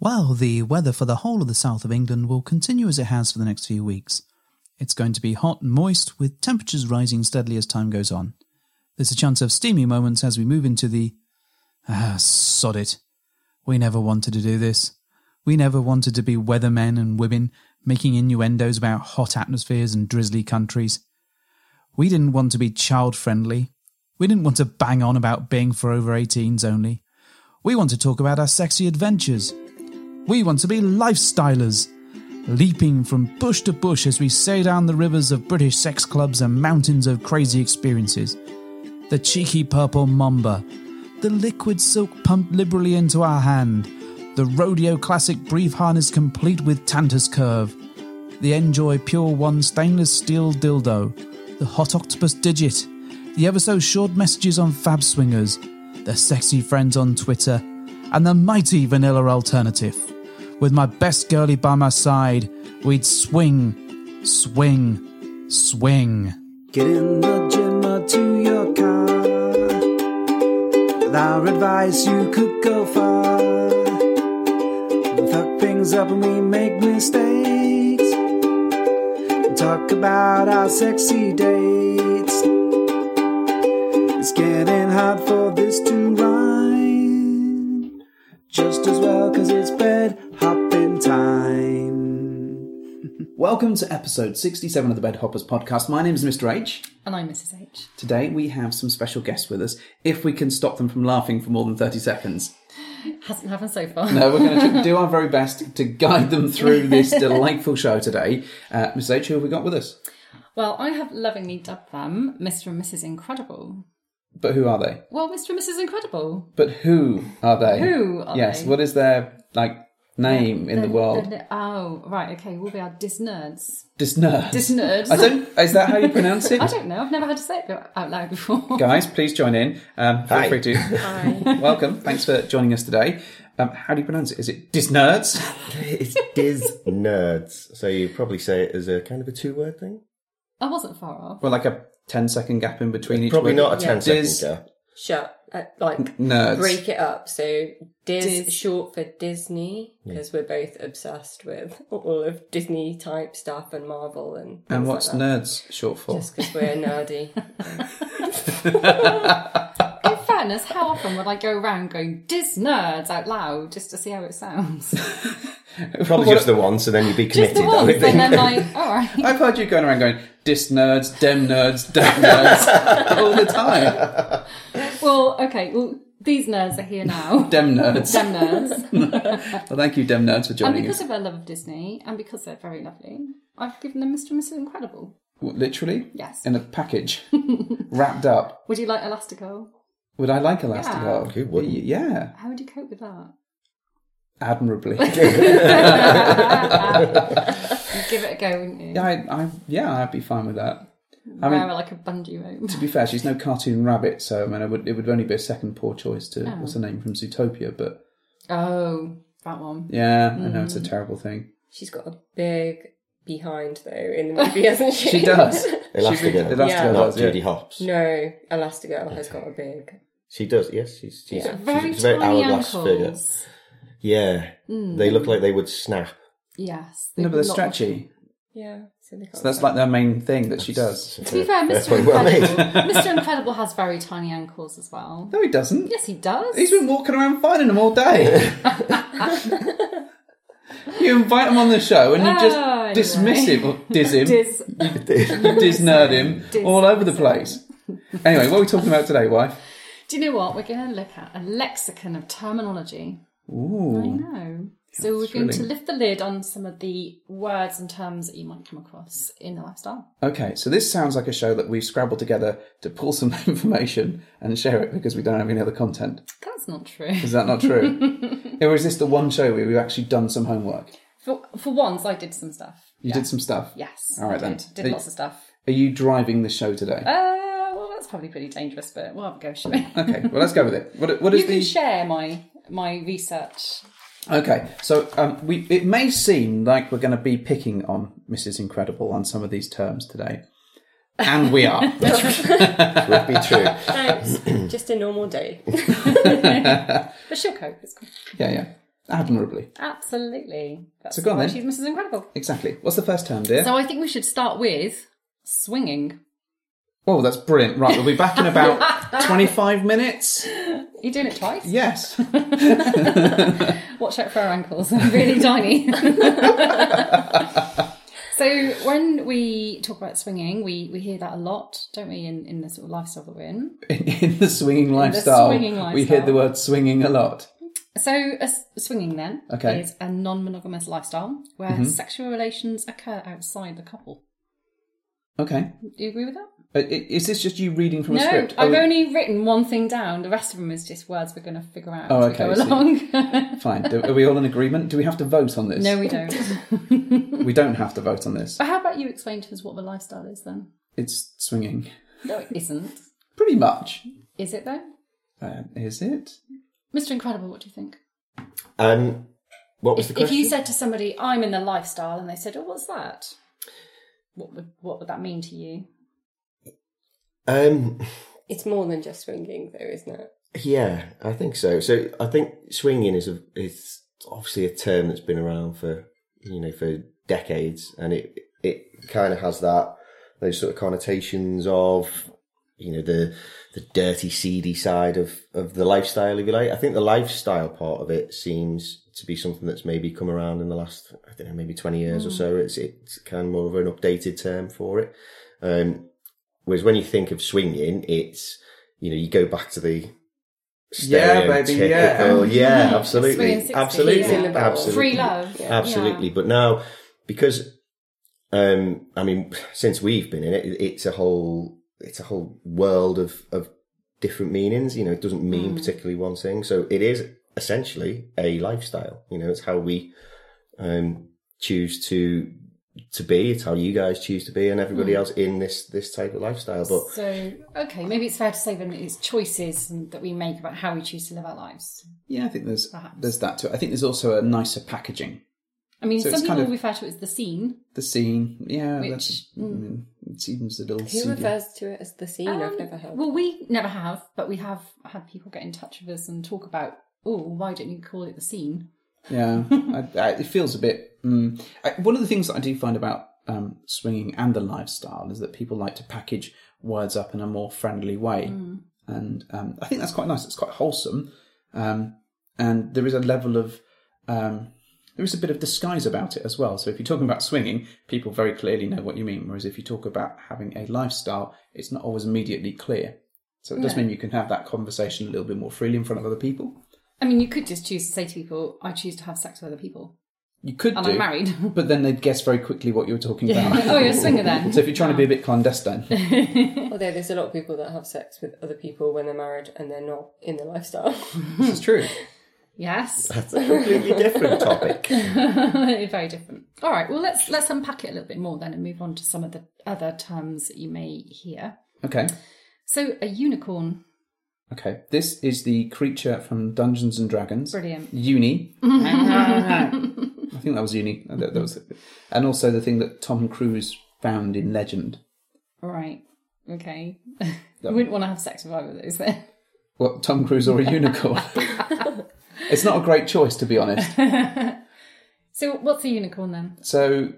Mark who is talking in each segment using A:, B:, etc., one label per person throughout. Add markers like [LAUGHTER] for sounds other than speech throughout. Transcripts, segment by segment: A: Well, the weather for the whole of the south of England will continue as it has for the next few weeks. It's going to be hot and moist, with temperatures rising steadily as time goes on. There's a chance of steamy moments as we move into the. Ah, sod it. We never wanted to do this. We never wanted to be weathermen and women making innuendos about hot atmospheres and drizzly countries. We didn't want to be child friendly. We didn't want to bang on about being for over 18s only. We want to talk about our sexy adventures. We want to be lifestylers, leaping from bush to bush as we sail down the rivers of British sex clubs and mountains of crazy experiences. The cheeky purple mamba, the liquid silk pumped liberally into our hand, the rodeo classic brief harness complete with Tantus curve, the Enjoy Pure One stainless steel dildo, the hot octopus digit, the ever so short messages on Fab Swingers, the sexy friends on Twitter, and the mighty vanilla alternative. With my best girlie by my side, we'd swing, swing, swing.
B: Get in the gym or to your car. With our advice, you could go far. We fuck things up and we make mistakes. And talk about our sexy dates. It's getting hard for this to rhyme. Just as well, cause it's bed hopping time.
A: Welcome to episode 67 of the Bed Hoppers podcast. My name is Mr. H.
C: And I'm Mrs. H.
A: Today we have some special guests with us, if we can stop them from laughing for more than 30 seconds.
C: Hasn't happened so far.
A: No, we're going to do our very best to guide them
B: [LAUGHS]
A: through this delightful show today. Uh, Miss H, who have we got with us?
C: [LAUGHS] Well, I have lovingly dubbed them Mr. and Mrs. Incredible.
A: But who are they?
C: Well, Mr. and Mrs. Incredible.
A: But who are they?
C: Who are
A: yes,
C: they?
A: what is their, like, name in the world?
C: oh, right, okay, we'll be our disnerds.
A: Disnerds.
C: Disnerds.
A: I don't, is that how you pronounce it?
C: [LAUGHS] I don't know, I've never had to say it out loud before.
A: Guys, please join in. Um, feel
B: Hi.
A: free
D: [LAUGHS]
A: to.
C: Hi.
A: [LAUGHS] Welcome. Thanks for joining us today. Um, how do you pronounce it? Is it Disnerds?
B: It's
D: Diz nerds. So you probably say it as a kind of a two word thing.
C: [LAUGHS] I wasn't far off.
A: Well, like a 10 second gap in between each
D: Probably
A: word.
D: not a
E: Yeah.
D: 10 second
A: Diz-
D: gap.
E: shut uh, like
A: Nerds.
E: break it up so Diz,
C: Diz.
E: short for disney because we're both obsessed with all of disney type stuff and marvel and
A: And
E: things
A: what's
E: like that.
A: nerds short for?
E: just because we're nerdy [LAUGHS]
C: In fairness, how often would I go around going disnerds out loud just to see how
A: [LAUGHS]
C: it sounds?
D: Probably just the one, so then you'd be
C: [LAUGHS] just the
D: committed. I
C: once,
D: would
C: and
D: think.
C: then
D: [LAUGHS]
C: like,
A: [LAUGHS]
C: all right.
A: I've heard you going around going, dis nerds, dem nerds, dem
D: [LAUGHS]
A: nerds, all the time.
C: Well, okay, well, these nerds are here
A: [LAUGHS]
C: now.
A: Dem nerds.
C: Dem nerds.
A: Well, thank you, dem nerds, for
C: And
A: joining
C: because
A: us.
C: of their love of Disney, and because they're very lovely, I've given them Mr. and Mrs. Incredible.
A: W- Literally?
C: Yes.
A: In a
E: [LAUGHS]
A: package, wrapped up.
C: Would you like Elastigirl?
A: Would I like Elastigirl?
D: Yeah. Who wouldn't?
A: Y- Yeah,
C: How would you cope with that?
D: [LAUGHS]
A: admirably.
C: You'd give it a go, wouldn't you?
A: yeah, I, I, yeah, I'd be fine with that. I
C: Wear
A: mean,
C: it like a bungee rope.
A: to be fair, she's no cartoon rabbit, so I mean, I would, it would only be a second poor choice to what's her name from Zootopia, but
C: Oh, that one.
A: yeah, I know it's a terrible thing.
E: she's got a big behind though in the [LAUGHS] movie hasn't she
A: She [LAUGHS] does. Elastigirl
D: Elastigirl. Not
E: Yeah.
A: does, yeah.
D: Judy Hopps.
E: no elastigirl has got a big
D: She does, yes. She's, she's, she's,
C: Very
D: it's a very
C: tiny
D: hourglass
C: ankles.
D: figure. Yeah.
C: Hmm.
D: They look like they would snap.
C: Yes.
A: No, but they're
C: lot-
A: stretchy.
E: yeah so, they can't
A: So that's
E: stand.
A: like their main thing that she does.
C: To be fair,
D: That's
C: Mr.
D: very well made.
C: Incredible, Mr. Incredible has very tiny ankles as well.
A: No, he doesn't.
C: Yes, he does.
A: He's been walking around finding them all [LAUGHS] day. you invite him on the show and you just
C: Oh,
A: [LAUGHS] dismiss him or diz him, diz,
C: Dis-
A: nerd him
C: Diz-
A: all over the place. Anyway, what are we talking about today, wife?
C: Do you know what? We're going to look at a lexicon of terminology. I
A: Ooh,
C: know. So we're going to
A: thrilling.
C: lift the lid on some of the words and terms that you might come across in the lifestyle.
A: okay. So this sounds like a show that we've scrabbled together to pull some [LAUGHS] information and share it because we don't have any other content.
C: That's not true.
A: Is that not
C: [LAUGHS]
A: true? or is this the one show where we've actually done some homework?
C: For, for once, I did some stuff.
A: You did some stuff.
C: Yes.
A: All right
C: I
A: then.
C: Did, did
A: Are-
C: lots of stuff.
A: Are you driving the show today?
C: Uh, well, that's probably pretty dangerous, but we'll have a
A: [LAUGHS]
C: go, shall we? [LAUGHS]
A: Okay, well let's go with it. What, what is
C: you
A: the
C: can share my my research.
A: Okay, so um, we it may seem like we're going to be picking on Mrs. Incredible on some of these terms today, and we
C: [LAUGHS]
A: are.
D: would be true.
E: Thanks. [CLEARS THROAT] just a normal day [LAUGHS]
C: But she'll cope. It's cool.
A: yeah, yeah. admirably.
C: Absolutely. That's
A: So go on
C: why
A: then.
C: she's Mrs. Incredible.
A: Exactly. What's the first term, dear?
C: So I think we should start with swinging.
A: oh, that's brilliant. Right, we'll be back in
C: [LAUGHS]
A: about 25 minutes.
C: You doing it twice?
A: Yes. [LAUGHS]
C: Watch out for our ankles. They're
A: [LAUGHS]
C: really tiny. so when we talk about swinging, we, we hear that a lot, don't we, in, in the sort of lifestyle that we're in.
A: In, in the swinging lifestyle,
C: swinging
A: we hear
C: lifestyle.
A: the word swinging a lot.
C: So a s- swinging then
A: Okay. Mm-hmm.
C: is a non-monogamous lifestyle where sexual relations occur outside the couple.
A: Okay.
C: Do you agree with that?
A: Uh, i- Is this just you reading from a
C: no,
A: script?
C: I've
A: Oh,
C: only written one thing down. The rest of them is just words we're going to figure out
A: Oh,
C: as
A: okay,
C: we go
A: so- [LAUGHS]
C: along.
A: Fine. Do- Are we all in agreement? Do we have to vote on this?
C: no, we don't.
A: we don't have to vote on this.
C: but how about you explain to us what the lifestyle is then?
A: It's swinging.
C: No, it isn't.
A: Pretty much.
C: Is it though?
A: Uh, is it?
C: Mr. Incredible, what do you think?
D: Um, what was
C: If,
D: the
C: if
D: question?
C: you said to somebody, "I'm in the lifestyle," and they said, "Oh, what's that?" What would what would that mean to you?
D: um,
E: It's more than just swinging, though, isn't it?
D: yeah, I think so. So I think swinging is a is obviously a term that's been around for you know for decades, and it it kind of has that those sort of connotations of you know the the dirty, seedy side of of the lifestyle, if you like. I think the lifestyle part of it seems to be something that's maybe come around in the last I don't know maybe twenty years or
A: Mm.
D: so. It's it's kind of more of an updated term for it. Um, whereas when you think of swinging, it's you know you go back to the
A: Yeah, baby, yeah.
D: stereotypical-
A: [LAUGHS]
D: yeah,
C: Swinging
D: absolutely,
C: 60,
D: absolutely,
C: yeah.
D: absolutely,
C: Free love. Yeah.
D: absolutely. But now, because um, I mean, [SIGHS] since we've been in it, it's a whole it's a whole world of of different meanings. You know, it doesn't mean particularly one thing. So it is essentially a lifestyle. You know, it's how we um, choose to to be. It's how you guys choose to be, and everybody else in this this type of lifestyle. But
C: So, okay, maybe it's fair to say then that it's choices that we make about how we choose to live our lives.
A: Yeah, I think there's
C: Perhaps.
A: there's that too. I think there's also a nicer packaging.
C: I mean,
A: So it's
C: some people
A: kind of-
C: refer to it as the scene.
A: The scene, yeah, that's,
C: Which- mm.
A: I mean, it seems a little.
E: Who
A: seedy.
E: refers to it as the scene? I've
C: Um,
E: never heard.
C: Well, we never have, but we have had people get in touch with us and talk about, oh, why don't you call it the scene?
A: Yeah,
C: [LAUGHS]
A: I, I, it feels a bit. Mm, I, one of the things that I do find about um, swinging and the lifestyle is that people like to package words up in a more friendly way,
C: Mm.
A: and um, I think that's quite nice. It's quite wholesome, um, and there is a level of um, there is a bit of disguise about it as well. So if you're talking about swinging, people very clearly know what you mean, whereas if you talk about having a lifestyle, it's not always immediately clear. So it does mean you can have that conversation a little bit more freely in front of other people.
C: I mean, you could just choose to say to people, I choose to have sex with other people.
A: You could
C: And
A: do
C: I'm married. [LAUGHS]
A: but then they'd guess very quickly what you were talking about.
C: oh, you're a swinger
A: [LAUGHS]
C: then.
A: So if you're trying to be a bit clandestine,
E: Although there's a lot of people that have sex with other people when they're married and they're not in the lifestyle.
A: [LAUGHS]
E: [LAUGHS]
A: this is true.
C: Yes.
D: that's a completely different topic.
C: very different. All right. Well, let's let's unpack it a little bit more then, and move on to some of the other terms that you may hear.
A: Okay,
C: So, a unicorn.
A: okay. This is the creature from Dungeons and Dragons. [LAUGHS]
C: Brilliant.
A: Uni. I think that was Uni. Uh, That, that was, and also the thing that Tom Cruise found in Legend.
C: Right. Okay. you [LAUGHS] wouldn't want to have sex with either of those then.
A: What Tom Cruise or a [LAUGHS] unicorn? it's not a great choice, to be honest.
C: So, what's a unicorn then?
A: So,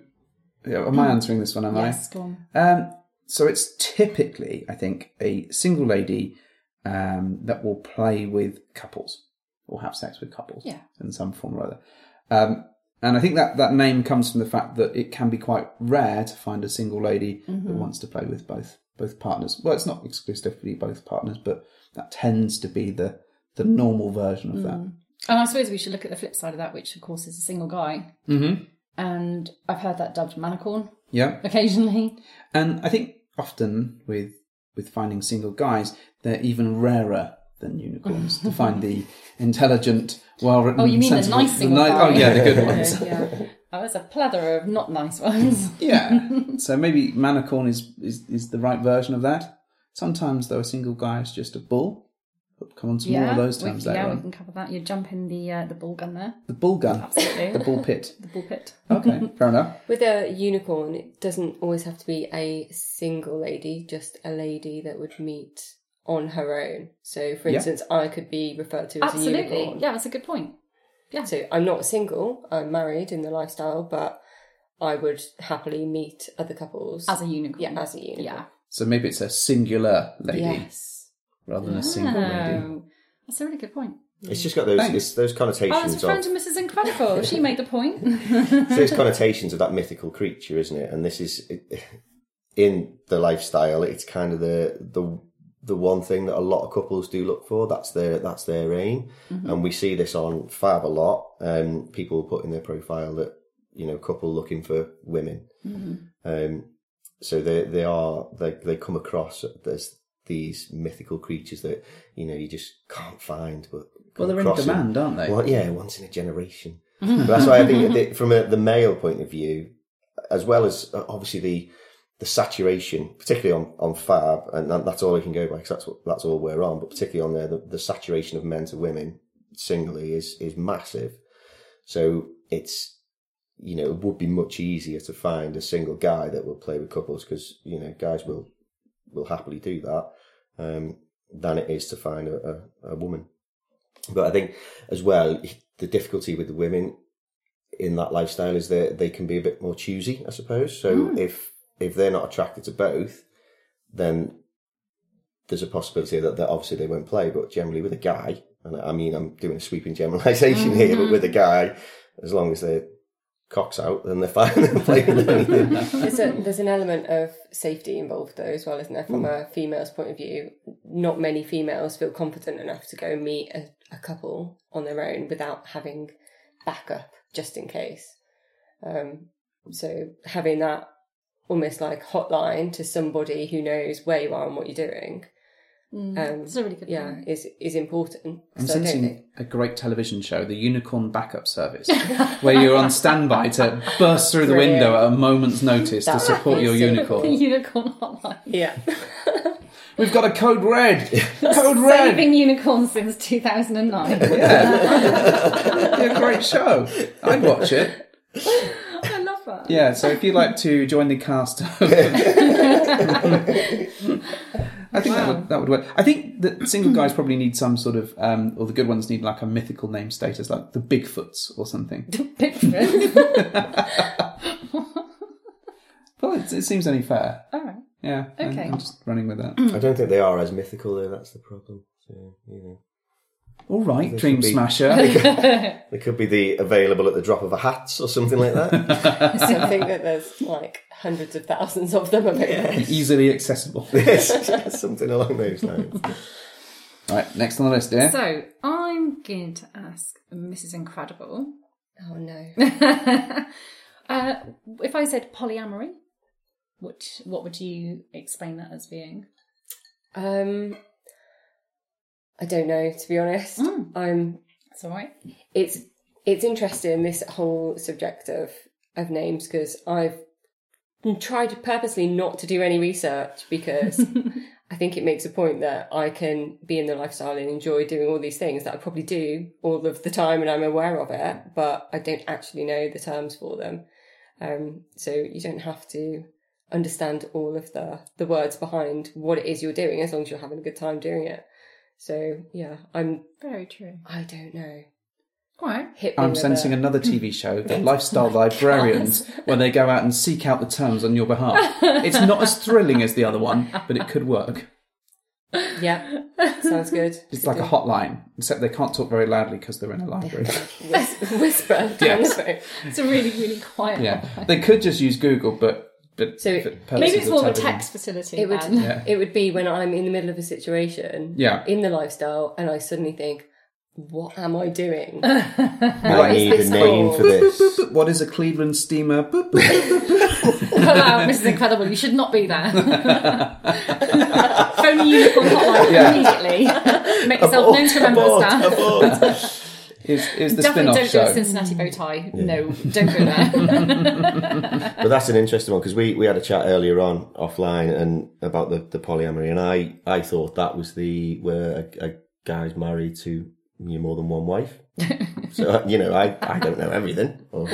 A: yeah, am I answering this one? Am I?
C: Yes, go on.
A: Um, so it's typically, I think, a single lady um, that will play with couples or have sex with couples
C: Yeah.
A: in some form or other. Um, and I think that that name comes from the fact that it can be quite rare to find a single lady that wants to play with both both partners. Well, it's not exclusively both partners, but that tends to be the the normal version of that.
C: And I suppose we should look at the flip side of that, which of course is a single guy. Mm-hmm. And I've heard that dubbed manicorn
A: Yeah.
C: occasionally.
A: And I think often with with finding single guys, they're even rarer than unicorns to find
C: [LAUGHS]
A: the intelligent, well written.
C: Oh, you mean the nice single
A: Oh,
C: guy.
A: yeah, the good
C: [LAUGHS]
A: ones.
E: yeah.
C: Oh, there's a plethora of not nice ones.
A: [LAUGHS] yeah. So maybe manicorn is, is is the right version of that. Sometimes though, a single guy is just a bull. We'll come on to more of those
C: we-
A: terms later
C: yeah, we
A: on.
C: can cover that. You're jumping the uh, the ball gun there.
A: The bull gun,
C: Absolutely.
A: the bull pit.
C: [LAUGHS] the ball pit.
A: Okay, fair enough.
E: With a unicorn, it doesn't always have to be a single lady, just a lady that would meet on her own. So, for
A: Yeah.
E: instance, I could be referred to as a
C: Absolutely.
E: unicorn.
C: Yeah, that's a good point. Yeah.
E: So I'm not single, I'm married in the lifestyle, but I would happily meet other couples.
C: As a unicorn.
E: yeah, as a unicorn.
C: Yeah.
A: So maybe it's a singular lady
E: Yes.
A: rather than a single lady.
C: Oh, that's a really good point.
D: It's just got those
A: Thanks.
D: it's those
C: Oh, that's a
D: connotations
C: friend
D: of
C: of Mrs.
A: [LAUGHS]
C: Incredible. she made the [LAUGHS] point.
D: [LAUGHS] it's those connotations of that mythical creature, isn't it? And this is [LAUGHS] it, in the lifestyle. It's kind of the the the one thing that a lot of couples do look for. That's their that's their aim, and we see this on Fab a lot. Um, people put in their profile that you know couple looking for women.
A: Mm-hmm.
D: Um, so they they are they they come across as these mythical creatures that you know you just can't find, but
A: Well,
D: come
A: they're in
D: across and-
A: demand, aren't they? Mm-hmm.
D: well, yeah, once in a generation. but that's why I
A: [LAUGHS]
D: think that from a, the male point of view, as well as uh, obviously the the saturation, particularly on, on Fab, and that, that's all I can go by because that's what, that's all we're on. But particularly on there, the, the saturation of men to women singly is is massive. So it's you know it would be much easier to find a single guy that will play with couples because you know guys will will happily do that um, than it is to find a, a, a woman. But I think as well, the difficulty with the women in that lifestyle is that they can be a bit more choosy, I suppose. So if if they're not attracted to both, then there's a possibility that, that obviously they won't play. But generally, with a guy, and I mean, I'm doing a sweeping generalization [LAUGHS] here, but with a guy, as long as their cock's out, then they're [LAUGHS] fine. They'll play with anything.
E: There's, a, there's an element of safety involved though as well, isn't there? From
A: Hmm.
E: a female's point of view, not many females feel confident enough to go meet a, a couple on their own without having backup just in case. Um, so having that almost like hotline to somebody who knows where you are and what you're doing, um,
C: It's a really good
E: yeah,
C: point.
E: is is important.
A: I'm
E: So I don't think-
A: sensing a great television show, the Unicorn Backup
E: [LAUGHS]
A: Service, where you're on standby to burst through the
E: Brilliant.
A: window at a moment's notice to
E: That
A: support your
C: The
A: unicorn.
C: unicorn hotline.
E: yeah. [LAUGHS]
A: We've got a code red! Code red! [LAUGHS]
C: Saving unicorns since 2009.
A: It'd be a great show. I'd watch it.
C: I love that.
A: Yeah, so if you'd like to join the cast,
E: [LAUGHS]
A: of- [LAUGHS] I think that, would, that would work. I think that single guys probably need some sort of, um, or the good ones need like a mythical name status, like the Bigfoots or something.
C: [LAUGHS]
A: [LAUGHS]
C: Bigfoot.
A: Well, it, it seems only fair.
C: All right.
A: Yeah. I'm-
C: Okay. Mm.
A: I'm, just running with that.
D: I don't think they are as mythical, though. That's the problem. So, you know.
A: All right,
D: This
A: Dream
D: would be-
A: Smasher.
D: [LAUGHS]
A: [LAUGHS]
D: They could be the available at the drop of a hat or something like [LAUGHS] that.
E: So I think that there's like hundreds of thousands of them available.
A: Easily accessible.
D: Yes, something along those lines.
A: Right, next on the list, yeah?
C: So I'm going to ask Mrs. Incredible [LAUGHS]
E: Oh no.
C: uh, if I said polyamory, which what would you explain that as being?
E: Um, I don't know to be honest. I'm.
C: That's all right.
E: It's it's interesting this whole subject of of names because I've tried purposely not to do any research because I think it makes a point that I can be in the lifestyle and enjoy doing all these things that I probably do all of the time and I'm aware of it, but I don't actually know the terms for them. Um, so you don't have to understand all of the the words behind what it is you're doing as long as you're having a good time doing it. So yeah, I'm
C: Very true.
E: I don't know.
C: All right.
E: Hit me
A: I'm
E: with
A: sensing
E: a,
A: another
C: [LAUGHS]
A: TV show, The Lifestyle Librarians, where they go out and seek out the terms on your behalf. It's not as thrilling as the other one, but it could work.
E: yeah. Sounds good.
A: It's like a hotline, except they can't talk very loudly because they're in a
C: [LAUGHS]
A: library.
E: Whis- whisper.
A: Yes.
E: down the phone.
C: It's a really really quiet.
A: yeah, they could just use Google, but but
E: So
A: for
E: maybe
A: purposes
C: Maybe it's more of a
A: television-
C: text facility.
E: It would [LAUGHS]
C: then.
E: it would be when I'm in the middle of a situation,
A: Yeah.
E: in the lifestyle, and I suddenly think, "What am I doing?"
D: I need a
E: this
D: name
E: for?
D: for this.
A: But What is a Cleveland steamer? Boop, boop, boop.
C: Pull out, Mrs. Incredible. You should not be there. [LAUGHS] Phone the unicorn hotline
A: Yeah.
C: immediately. Make yourself known to member
D: Oh,
C: of staff.
A: Is is the spin
C: Definitely
A: off
C: don't go to
A: show?
C: Cincinnati bow tie. No, don't go there.
D: But that's an interesting one because we, we had a chat earlier on offline and about the, the polyamory, and I, I thought that was the where a, a guy's uh, married to you know, more than one wife. so you know, I, I don't know everything. Or,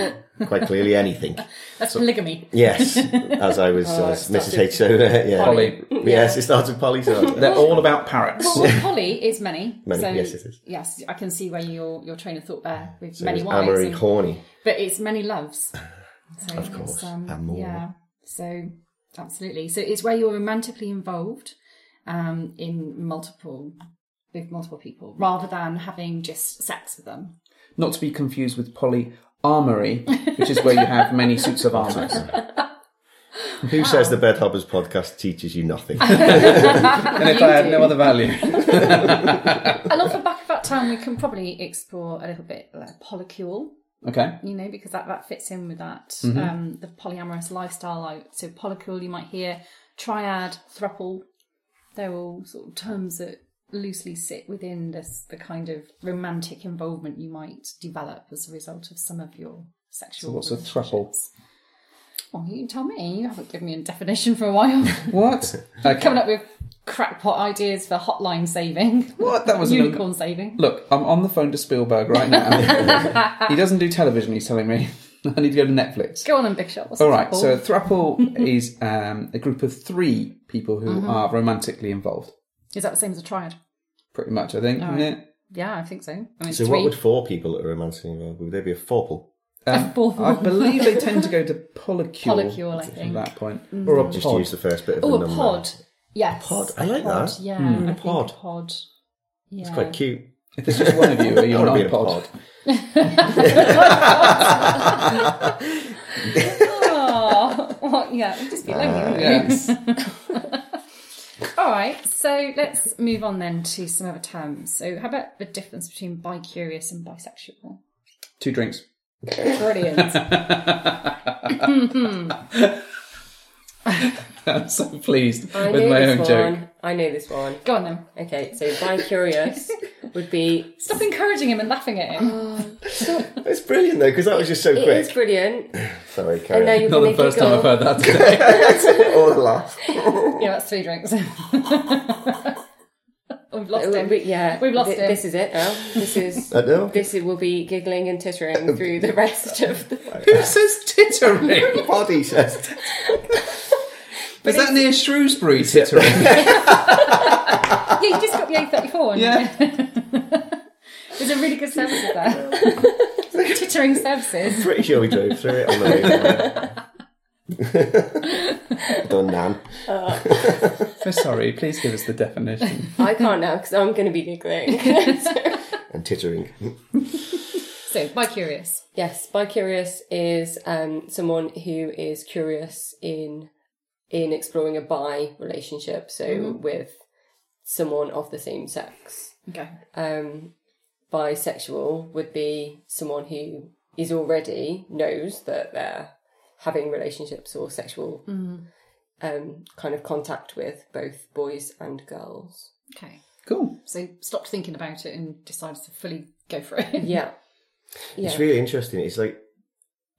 D: quite clearly anything.
C: That's polygamy.
A: [LAUGHS]
D: Yes, as I was,
E: Oh,
D: as
E: it
D: Mrs.
E: started-
D: H. So, uh, yeah.
A: Polly.
D: Yes, it starts with Polly. So
A: They're all about parrots.
C: Well, Polly is many.
D: Many,
C: so
D: yes, it is.
C: Yes, I can see where your your train of thought there with
D: so
C: many
D: it's
C: wives,
D: Amory
C: and-
D: Horny.
C: but it's many
D: [LAUGHS]
C: loves. So
D: Of
C: it's, um,
D: course, and more.
C: Yeah, so absolutely. So it's where you're romantically involved um, in multiple with multiple people, rather than having just sex with
D: [LAUGHS]
C: them.
A: Not to be confused with Polly Armory, which is where you have many suits of
C: [LAUGHS]
A: armour.
D: Who says the Bed Hoppers podcast teaches you nothing?
A: And if I had no other value.
C: and off the back of that time, we can probably explore a little bit like polycule,
A: Okay.
C: you know, because that, that fits in with that
A: Mm-hmm.
C: um, the polyamorous lifestyle. Like, so polycule, you might hear triad, thruple. They're all sort of terms that loosely sit within this the kind of romantic involvement you might develop as a result of some of your sexual.
A: what's a thruple?
C: relationships. Well, you tell me. You haven't given me a definition for a while.
A: What? Okay.
C: [LAUGHS] Coming up with crackpot ideas for hotline saving.
A: [LAUGHS] What? That was an-
C: unicorn saving.
A: Look, I'm on the phone to Spielberg right now.
C: [LAUGHS]
A: he doesn't do television, he's telling me. [LAUGHS] I need to go to Netflix.
C: Go on and Big Shot. What's
A: All
C: it
A: right,
C: called?
A: so a thruple is um, a group of three people who
C: Mm-hmm.
A: are romantically involved,
C: is that the same as a triad?
A: pretty much, I think, isn't it?
C: Yeah, I think so. I mean, it's
D: so,
C: three.
D: what would four people that are romancing involved? Would they be a fourple?
A: Um,
C: fourth
A: I
C: one.
A: believe they tend to go
C: [LAUGHS]
A: to polycule,
C: Polycule, I
A: from
C: think.
A: that point. Or a
D: Just
A: pod.
D: use the first bit of
C: oh,
D: the
C: a
D: number.
C: pod. Yes,
D: pod. I like
C: pod.
D: that.
C: Yeah,
D: A
C: I think
D: pod.
C: a pod. Yeah.
D: It's quite cute.
A: If it's just one of you, are you
D: I
A: an
D: want to be in a
A: iPod?
D: pod.
C: Oh, [LAUGHS] well, yeah, it'd just be lonely, wouldn't it? [LAUGHS]
A: Yes.
C: All right, so let's move on then to some other terms. So, how about the difference between bi-curious and bisexual?
A: Two drinks.
C: Brilliant.
A: [LAUGHS] I'm so pleased
E: I
A: with
E: knew
A: my
E: this
A: own
E: one.
A: joke.
E: I knew this one.
C: [LAUGHS] Go on then.
E: Okay, so bi curious would be
C: Stop encouraging him and laughing at
D: Oh.
C: him.
D: It's brilliant though, because that was just so
E: it
D: quick.
E: is brilliant.
D: Sorry,
E: And
D: carry
E: now
D: on.
E: you're
A: Not
E: gonna
A: the first time
E: giggle.
A: I've heard that
C: [LAUGHS]
A: today.
D: All the laugh.
C: yeah, that's three
D: [LAUGHS]
C: drinks. [LAUGHS] We've lost
E: Uh,
C: him.
E: we- yeah,
C: We've lost
E: thi-
C: him.
E: This is it now. This is
A: [LAUGHS]
D: I know.
E: this will be giggling and tittering through the rest of the.
A: Who says
C: [LAUGHS]
A: tittering?
D: Body says.
A: Is that near Shrewsbury tittering? [LAUGHS]
C: [LAUGHS] Yeah, you just got the A34.
A: Yeah.
C: There's a really good services there.
D: [LAUGHS]
C: Tittering services.
D: Pretty sure we drove through it on the way. down. [LAUGHS] Done, Nan.
A: We're sorry, please give us the definition.
E: I can't now because I'm going to be giggling.
D: And tittering.
C: So, by curious.
E: yes, bi curious is um, someone who is curious in in exploring a bi relationship, so with someone of the same sex.
C: Okay.
E: um, bisexual would be someone who is already knows that they're having relationships or sexual um, kind of contact with both boys and girls.
C: Okay.
A: Cool.
C: So, stopped thinking about it and decided to fully go for
A: [LAUGHS]
C: it.
E: Yeah. Yeah.
D: It's really interesting. It's like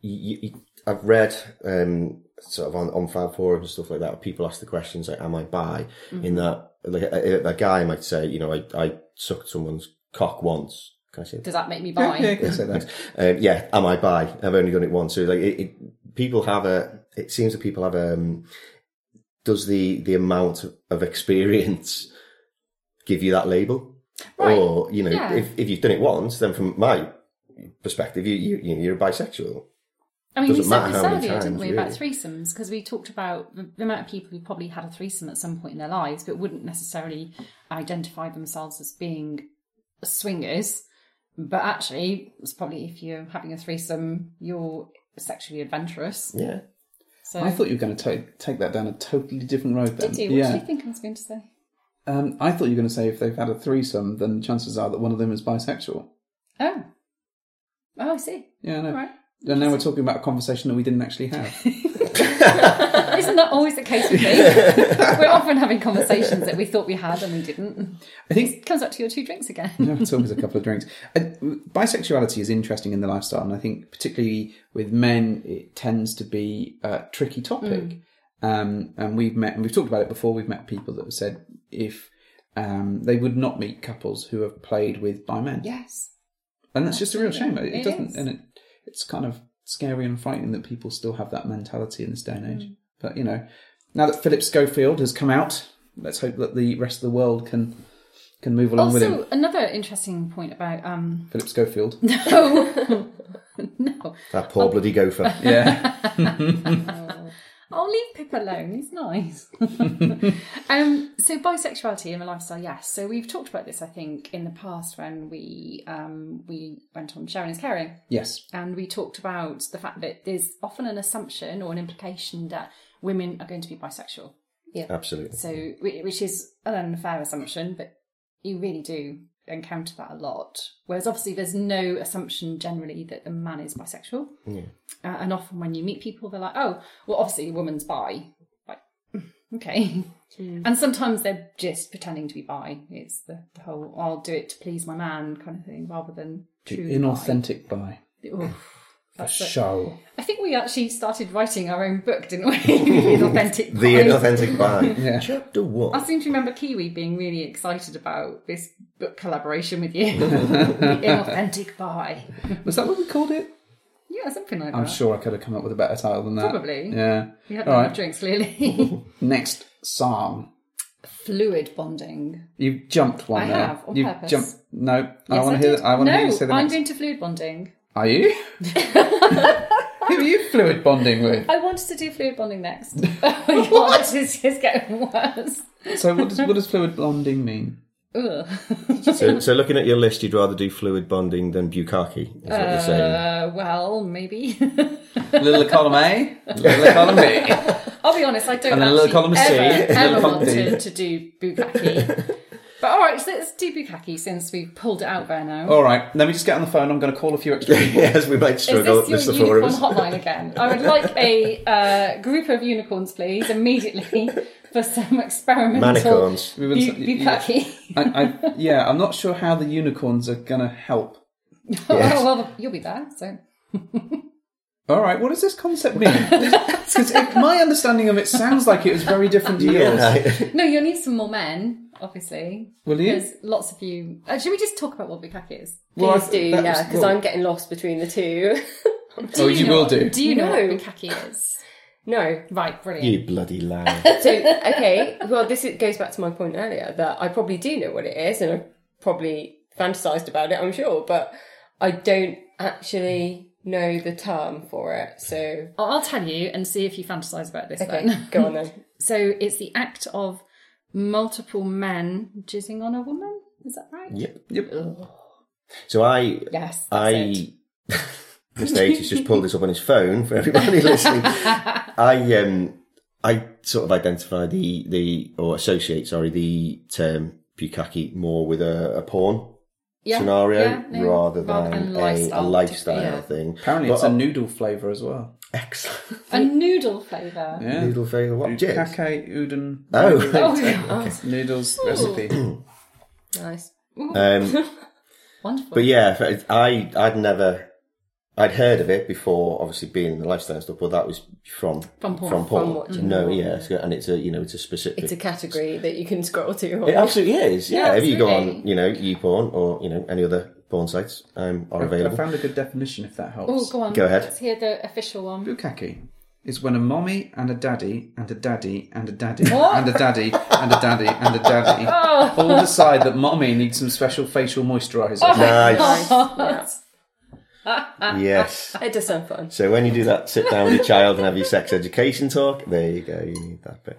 D: you, you, I've read um, sort of on, on fan forums and stuff like that. People ask the questions like, "Am I bi?" In that, like a, a guy might say, "You know, I, I sucked someone's cock once." Can I say? that?
C: Does that make me buy?
A: Yeah, I can say
D: [LAUGHS]
A: that.
D: Um, yeah, am I bi? I've only done it once. So like, it, it, people have a. It seems that people have a. Um, does the the amount of experience give you that label,
C: Right.
D: or you know,
C: Yeah.
D: if if you've done it once, then from my perspective, you you you know, you're a bisexual.
C: I mean, we
D: Doesn't
C: said
D: matter
C: this
D: how many
C: earlier, didn't
D: times,
C: we, about
D: really.
C: threesomes? Because we talked about the the amount of people who probably had a threesome at some point in their lives, but wouldn't necessarily identify themselves as being swingers. But actually, it's probably if you're having a threesome, you're sexually adventurous.
D: Yeah.
C: So,
A: I thought you were going to take take that down a totally different road. Then,
C: did you? What
A: yeah.
C: did you think I was going to say?
A: Um, I thought you were going to say if they've had a threesome, then chances are that one of them is bisexual.
C: Oh. Oh, I see.
A: Yeah, I know.
C: All right.
A: And now we're talking about a conversation that we didn't actually have.
C: [LAUGHS] Isn't that always the case with me?
A: [LAUGHS]
C: We're often having conversations that we thought we had and we didn't.
A: I think
C: Comes up to your two drinks again.
A: no, it's always a couple of drinks. I, bisexuality is interesting in the lifestyle, and I think particularly with men, it tends to be a tricky
C: Mm.
A: topic. Um, and we've met, and we've talked about it before. We've met people that have said if um, they would not meet couples who have played with bi men.
C: Yes.
A: and that's just a real shame. It,
C: It
A: doesn't,
C: is.
A: and it, it's kind of scary and frightening that people still have that mentality in this day and age.
C: Mm.
A: But you know, now that Philip Schofield has come out, let's hope that the rest of the world can can move along with him.
C: Also, another interesting point about um
A: Philip Schofield.
C: [LAUGHS] no, no,
D: That poor
C: [LAUGHS]
D: bloody gopher.
A: yeah.
C: I'll leave Pip alone. He's
A: [LAUGHS]
C: nice. um, so bisexuality and the lifestyle, yes. So we've talked about this, I think, in the past when we um, we went on sharing is caring,
A: Yes.
C: and we talked about the fact that there's often an assumption or an implication that women are going to be bisexual.
D: Absolutely.
C: So, whi- which is an unfair assumption, but you really do encounter that a lot. Whereas, obviously, there's no assumption generally that the man is bisexual. Uh, and often, when you meet people, they're like, "Oh, well, obviously, a woman's bi." Like, [LAUGHS] okay. And sometimes they're just pretending to be bi. It's the, the whole "I'll do it to please my man" kind of thing, rather than
A: The
C: true
A: inauthentic by
C: bi. Oof.
A: for
C: That's it.
A: show.
C: I think we actually started writing our own book, didn't we? [LAUGHS] authentic.
D: The
C: [LAUGHS]
D: inauthentic bag.
A: Yeah.
D: Chapter one.
C: I seem to remember Kiwi being really excited about this book collaboration
A: [LAUGHS]
C: with you. the inauthentic buy.
A: Was that what we called it?
C: Yeah, something like
A: I'm
C: that.
A: sure I could have come up with a better title than that.
C: Uh, Probably.
A: Yeah.
C: We had
A: All
C: enough
A: right. [LAUGHS]
C: drinks, clearly.
A: Next song.
C: Fluid bonding.
A: You've jumped one
C: I
A: there.
C: have, on
A: You've
C: purpose.
A: jumped. No, I
C: Yes,
A: want to hear.
C: did.
A: that. I want
C: no,
A: to hear you say the
C: I'm
A: next.
C: going to fluid bonding.
A: Are
C: [LAUGHS]
A: you? Who are you fluid bonding with?
C: I wanted to do fluid
A: [LAUGHS]
C: bonding next. [LAUGHS] oh my god, this is just getting worse.
A: So what does what does fluid bonding mean?
C: Ugh.
D: So, so looking at your list, you'd rather do fluid bonding than bukkake. Is what you're saying.
C: Uh, well, maybe. [LAUGHS]
A: Little column A, little column B.
C: I'll be honest, I don't
A: And then a
C: actually
A: little column of
C: ever,
A: C, and [LAUGHS] a
C: ever
A: little column
C: want
A: D.
C: to, to do
A: [LAUGHS]
C: bukkake. but all right, so let's do bukkake since we've pulled it out there now.
A: All right, let me just get on the phone. I'm going to call a few extra people.
D: [LAUGHS] Yes, we might
C: Is
D: struggle.
C: this
D: Mr.
C: your
D: Four of
C: unicorn [LAUGHS]
D: us.
C: hotline again? I would like a uh, group of unicorns, please, immediately [LAUGHS] for some experimental
D: Manicorns.
A: We
C: bu-
A: will-
C: bukkake.
A: I, I, yeah, I'm not sure how the unicorns are going to help.
C: [LAUGHS] oh, well, you'll be there, so.
A: All right, what does this concept
E: [LAUGHS]
A: mean? Because my understanding of it sounds like it was very different to yours.
D: Yeah.
C: No, you'll need some more men, obviously.
A: Will you?
C: There's lots of you. Uh, should we just talk about what bukkake is?
A: Well, I
E: Please do,
A: th- that was-
E: yeah, because
A: well,
E: I'm getting lost between the two. [LAUGHS]
A: Oh, you
C: know
A: will
C: what-
A: do.
C: Do you know what
E: No.
C: bukkake is?
E: no,
C: Right, brilliant.
D: [LAUGHS] You bloody liar.
C: [LAUGHS]
E: so okay. Well, this is, goes back to my point earlier that I probably do know what it is, and I probably fantasized about it. I'm sure, but I don't actually know the term for it. So
C: I'll I'll tell you and see if you fantasize about this
E: okay,
C: then. [LAUGHS]
E: go on then.
C: So it's the act of multiple men jizzing on a woman. Is that right?
D: Yep.
A: Yep.
D: So I
C: Yes. That's it.
D: I [LAUGHS] Mr. H has just pulled this up on his phone for
C: [LAUGHS]
D: everybody listening. I um I sort of identify the the or associate sorry the term bukkake more with a, a porn
C: Yeah,
D: scenario
C: yeah, no,
D: rather than, a, a lifestyle
C: Yeah.
D: thing.
A: Apparently,
D: But
A: it's a noodle flavour as well.
D: [LAUGHS] excellent
C: A noodle flavour.
A: Yeah.
D: noodle flavour. What? Jizz?
A: Kake udon
D: [LAUGHS] Oh,
C: Oh, yeah.
A: noodles
D: [CLEARS THROAT]
A: recipe.
E: [LAUGHS] Nice.
D: um,
C: wonderful.
D: But yeah, if- I I'd never I'd heard of it before, obviously being in the lifestyle and stuff. But that was from
C: From porn.
D: From porn.
E: From watching
D: no,
E: porn.
D: yeah, it's got- and it's a you know it's a specific.
E: It's a category that you can scroll to. [LAUGHS]
D: it absolutely is. Yeah,
C: Yeah,
D: if you go on
C: absolutely.
D: you know YouPorn or you know any other porn sites um, are
A: I
D: available.
A: found a good definition if that helps.
C: Oh, go on.
D: Go ahead.
C: Let's hear the official one.
A: Bukkake is when a mommy and a daddy and a daddy and a daddy and a daddy and a daddy and a
E: [LAUGHS]
A: daddy
E: Oh.
A: all decide that mommy needs some special facial moisturiser.
E: Oh, [LAUGHS]
D: Nice.
E: Yeah.
D: yes.
E: It does sound fun.
D: So when you do that, sit down with your child and have your sex education talk. There you go. You need that bit.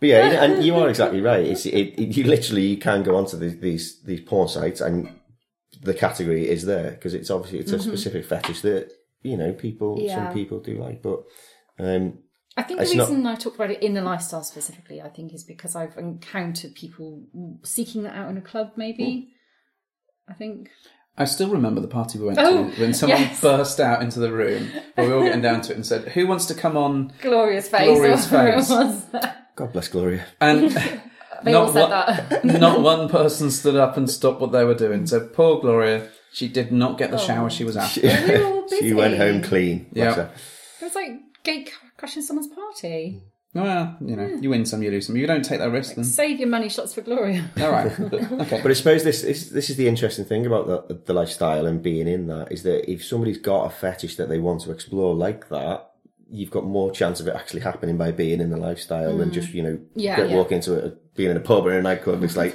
D: But yeah, and and you are exactly right. It's it, it, you literally you can go onto these these these porn sites and the category is there because it's obviously it's a specific fetish that you know people
C: Yeah.
D: some people do like, but um,
C: [LAUGHS] I think
D: It's
C: the
D: not-
C: reason I talked about it in the lifestyle specifically, I think, is because I've encountered people seeking that out in a club, maybe. I think.
A: I still remember the party we went
C: Oh,
A: to when someone
C: yes.
A: burst out into the room while we were all getting down to it and said, Who wants to come on?
C: Glorious face. [LAUGHS]
A: Glorious
C: or whatever
A: face.
C: it was.
D: God bless Gloria.
A: And [LAUGHS]
C: They all
A: not,
C: said
A: one,
D: [LAUGHS]
C: that.
A: not one person stood up and stopped what they were doing. So poor Gloria, she did not get the
C: Oh.
A: shower she was after.
C: We were all
D: She went
C: busy.
D: home clean.
A: Yeah.
D: bless her.
C: It was like gate crashing someone's party.
A: Well, you know,
C: Hmm.
A: you win some, you lose some. You don't take that risk,
D: Mm.
A: then.
C: Save your money shots for Gloria.
A: All right.
C: [LAUGHS]
A: okay.
D: But I suppose this is this is the interesting thing about the, the lifestyle and being in that is that if somebody's got a fetish that they want to explore like that, you've got more chance of it actually happening by being in the lifestyle than just you know
C: Mm. Yeah,
D: go-
C: yeah.
D: walk into it being in a pub or in a nightclub.
C: [LAUGHS]
D: It's like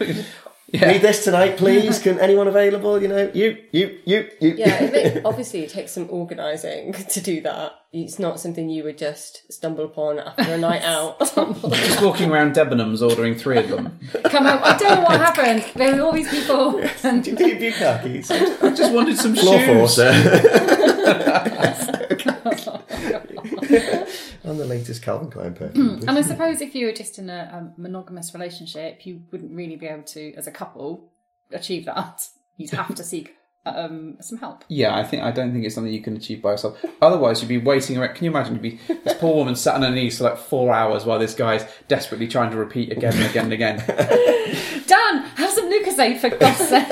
A: Yeah.
D: need this tonight, please. Can anyone available? You know, you you you you.
E: Yeah, it [LAUGHS] ma- obviously it takes some organising [LAUGHS] to do that. It's not something you would just stumble upon after a [LAUGHS] night out.
A: Just walking around Debenhams ordering three of
C: [LAUGHS]
A: them.
C: Come on, I don't know what happened. There were all these
D: [LAUGHS]
C: people. And
D: [LAUGHS] Do you do khakis?
A: I just wanted some
D: Floor eh?
A: shoes.
C: [LAUGHS]
D: forcer. [LAUGHS] On the latest Calvin
C: [CLEARS THROAT]
D: Klein perfume.
C: And I suppose if you were just in a um, monogamous relationship, you wouldn't really be able to, as a couple, achieve that. You'd have to seek um, some help.
A: Yeah, I think I don't think it's something you can achieve by yourself. Otherwise, you'd be waiting around. Can you imagine? You'd be this poor woman sat on her knees for like four hours while this guy's desperately trying to repeat again and again and again.
C: Dan, have some Lucasade
A: [LAUGHS]
C: for God's sake.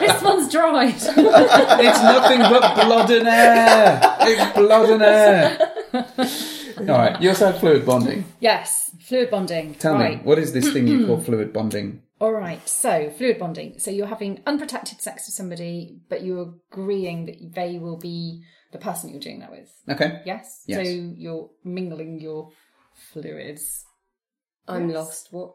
C: this one's dried.
A: it's nothing but blood and air. It's blood and air. All right, you also had fluid bonding.
C: yes, fluid bonding.
A: Tell
C: right.
A: me, what is this thing
E: [CLEARS THROAT]
A: you call fluid bonding?
C: All right, so fluid bonding. So you're having unprotected sex with somebody, but you're agreeing that they will be the person you're doing that with.
A: Okay.
C: Yes?
A: Yes.
C: So you're mingling your fluids.
E: I'm lost. What?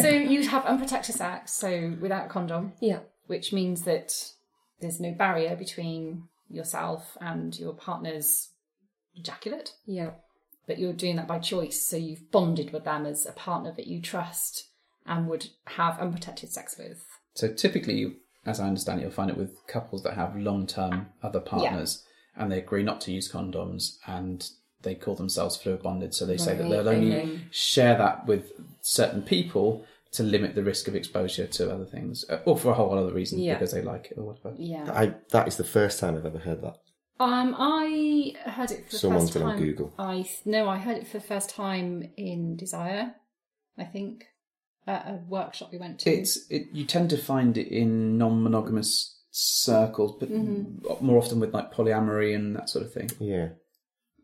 C: So you have unprotected sex, so without condom,
E: Yeah.
C: which means that there's no barrier between yourself and your partner's ejaculate,
E: Yeah.
C: but you're doing that by choice. So you've bonded with them as a partner that you trust and would have unprotected sex with.
A: So typically, you- as I understand it, you'll find it with couples that have long-term other partners, and they agree not to use condoms, and they call themselves fluid bonded. So they say that
E: Right,
A: they'll only
E: okay.
A: share that with certain people to limit the risk of exposure to other things, uh, or for a whole other reason
E: Yeah.
A: because they like it or whatever.
C: Yeah.
D: I, that is the first time I've ever heard that.
C: Um, I heard it for the
D: Someone's
C: first
D: been
C: time.
D: on Google.
C: I no, I heard it for the first time in Desire, I think, at a workshop we went to.
A: It's it, you tend to find it in non-monogamous circles, but
E: Mm-hmm.
A: more often with like polyamory and that sort of thing.
D: Yeah.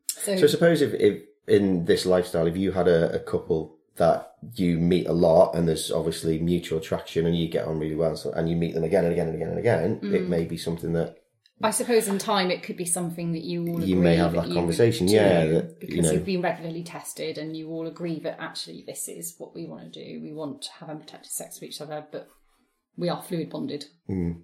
C: so,
D: So suppose if, if in this lifestyle, if you had a, a couple that you meet a lot and there's obviously mutual attraction and you get on really well so, and you meet them again and again and again and again, it may be something that
C: I suppose in time it could be something that you all agree
D: you may have that
C: you
D: conversation.
C: do,
D: Yeah, that,
C: because
D: you know,
C: have been regularly tested and you all agree that actually this is what we want to do. We want to have unprotected sex with each other, but we are fluid bonded.
D: Mm.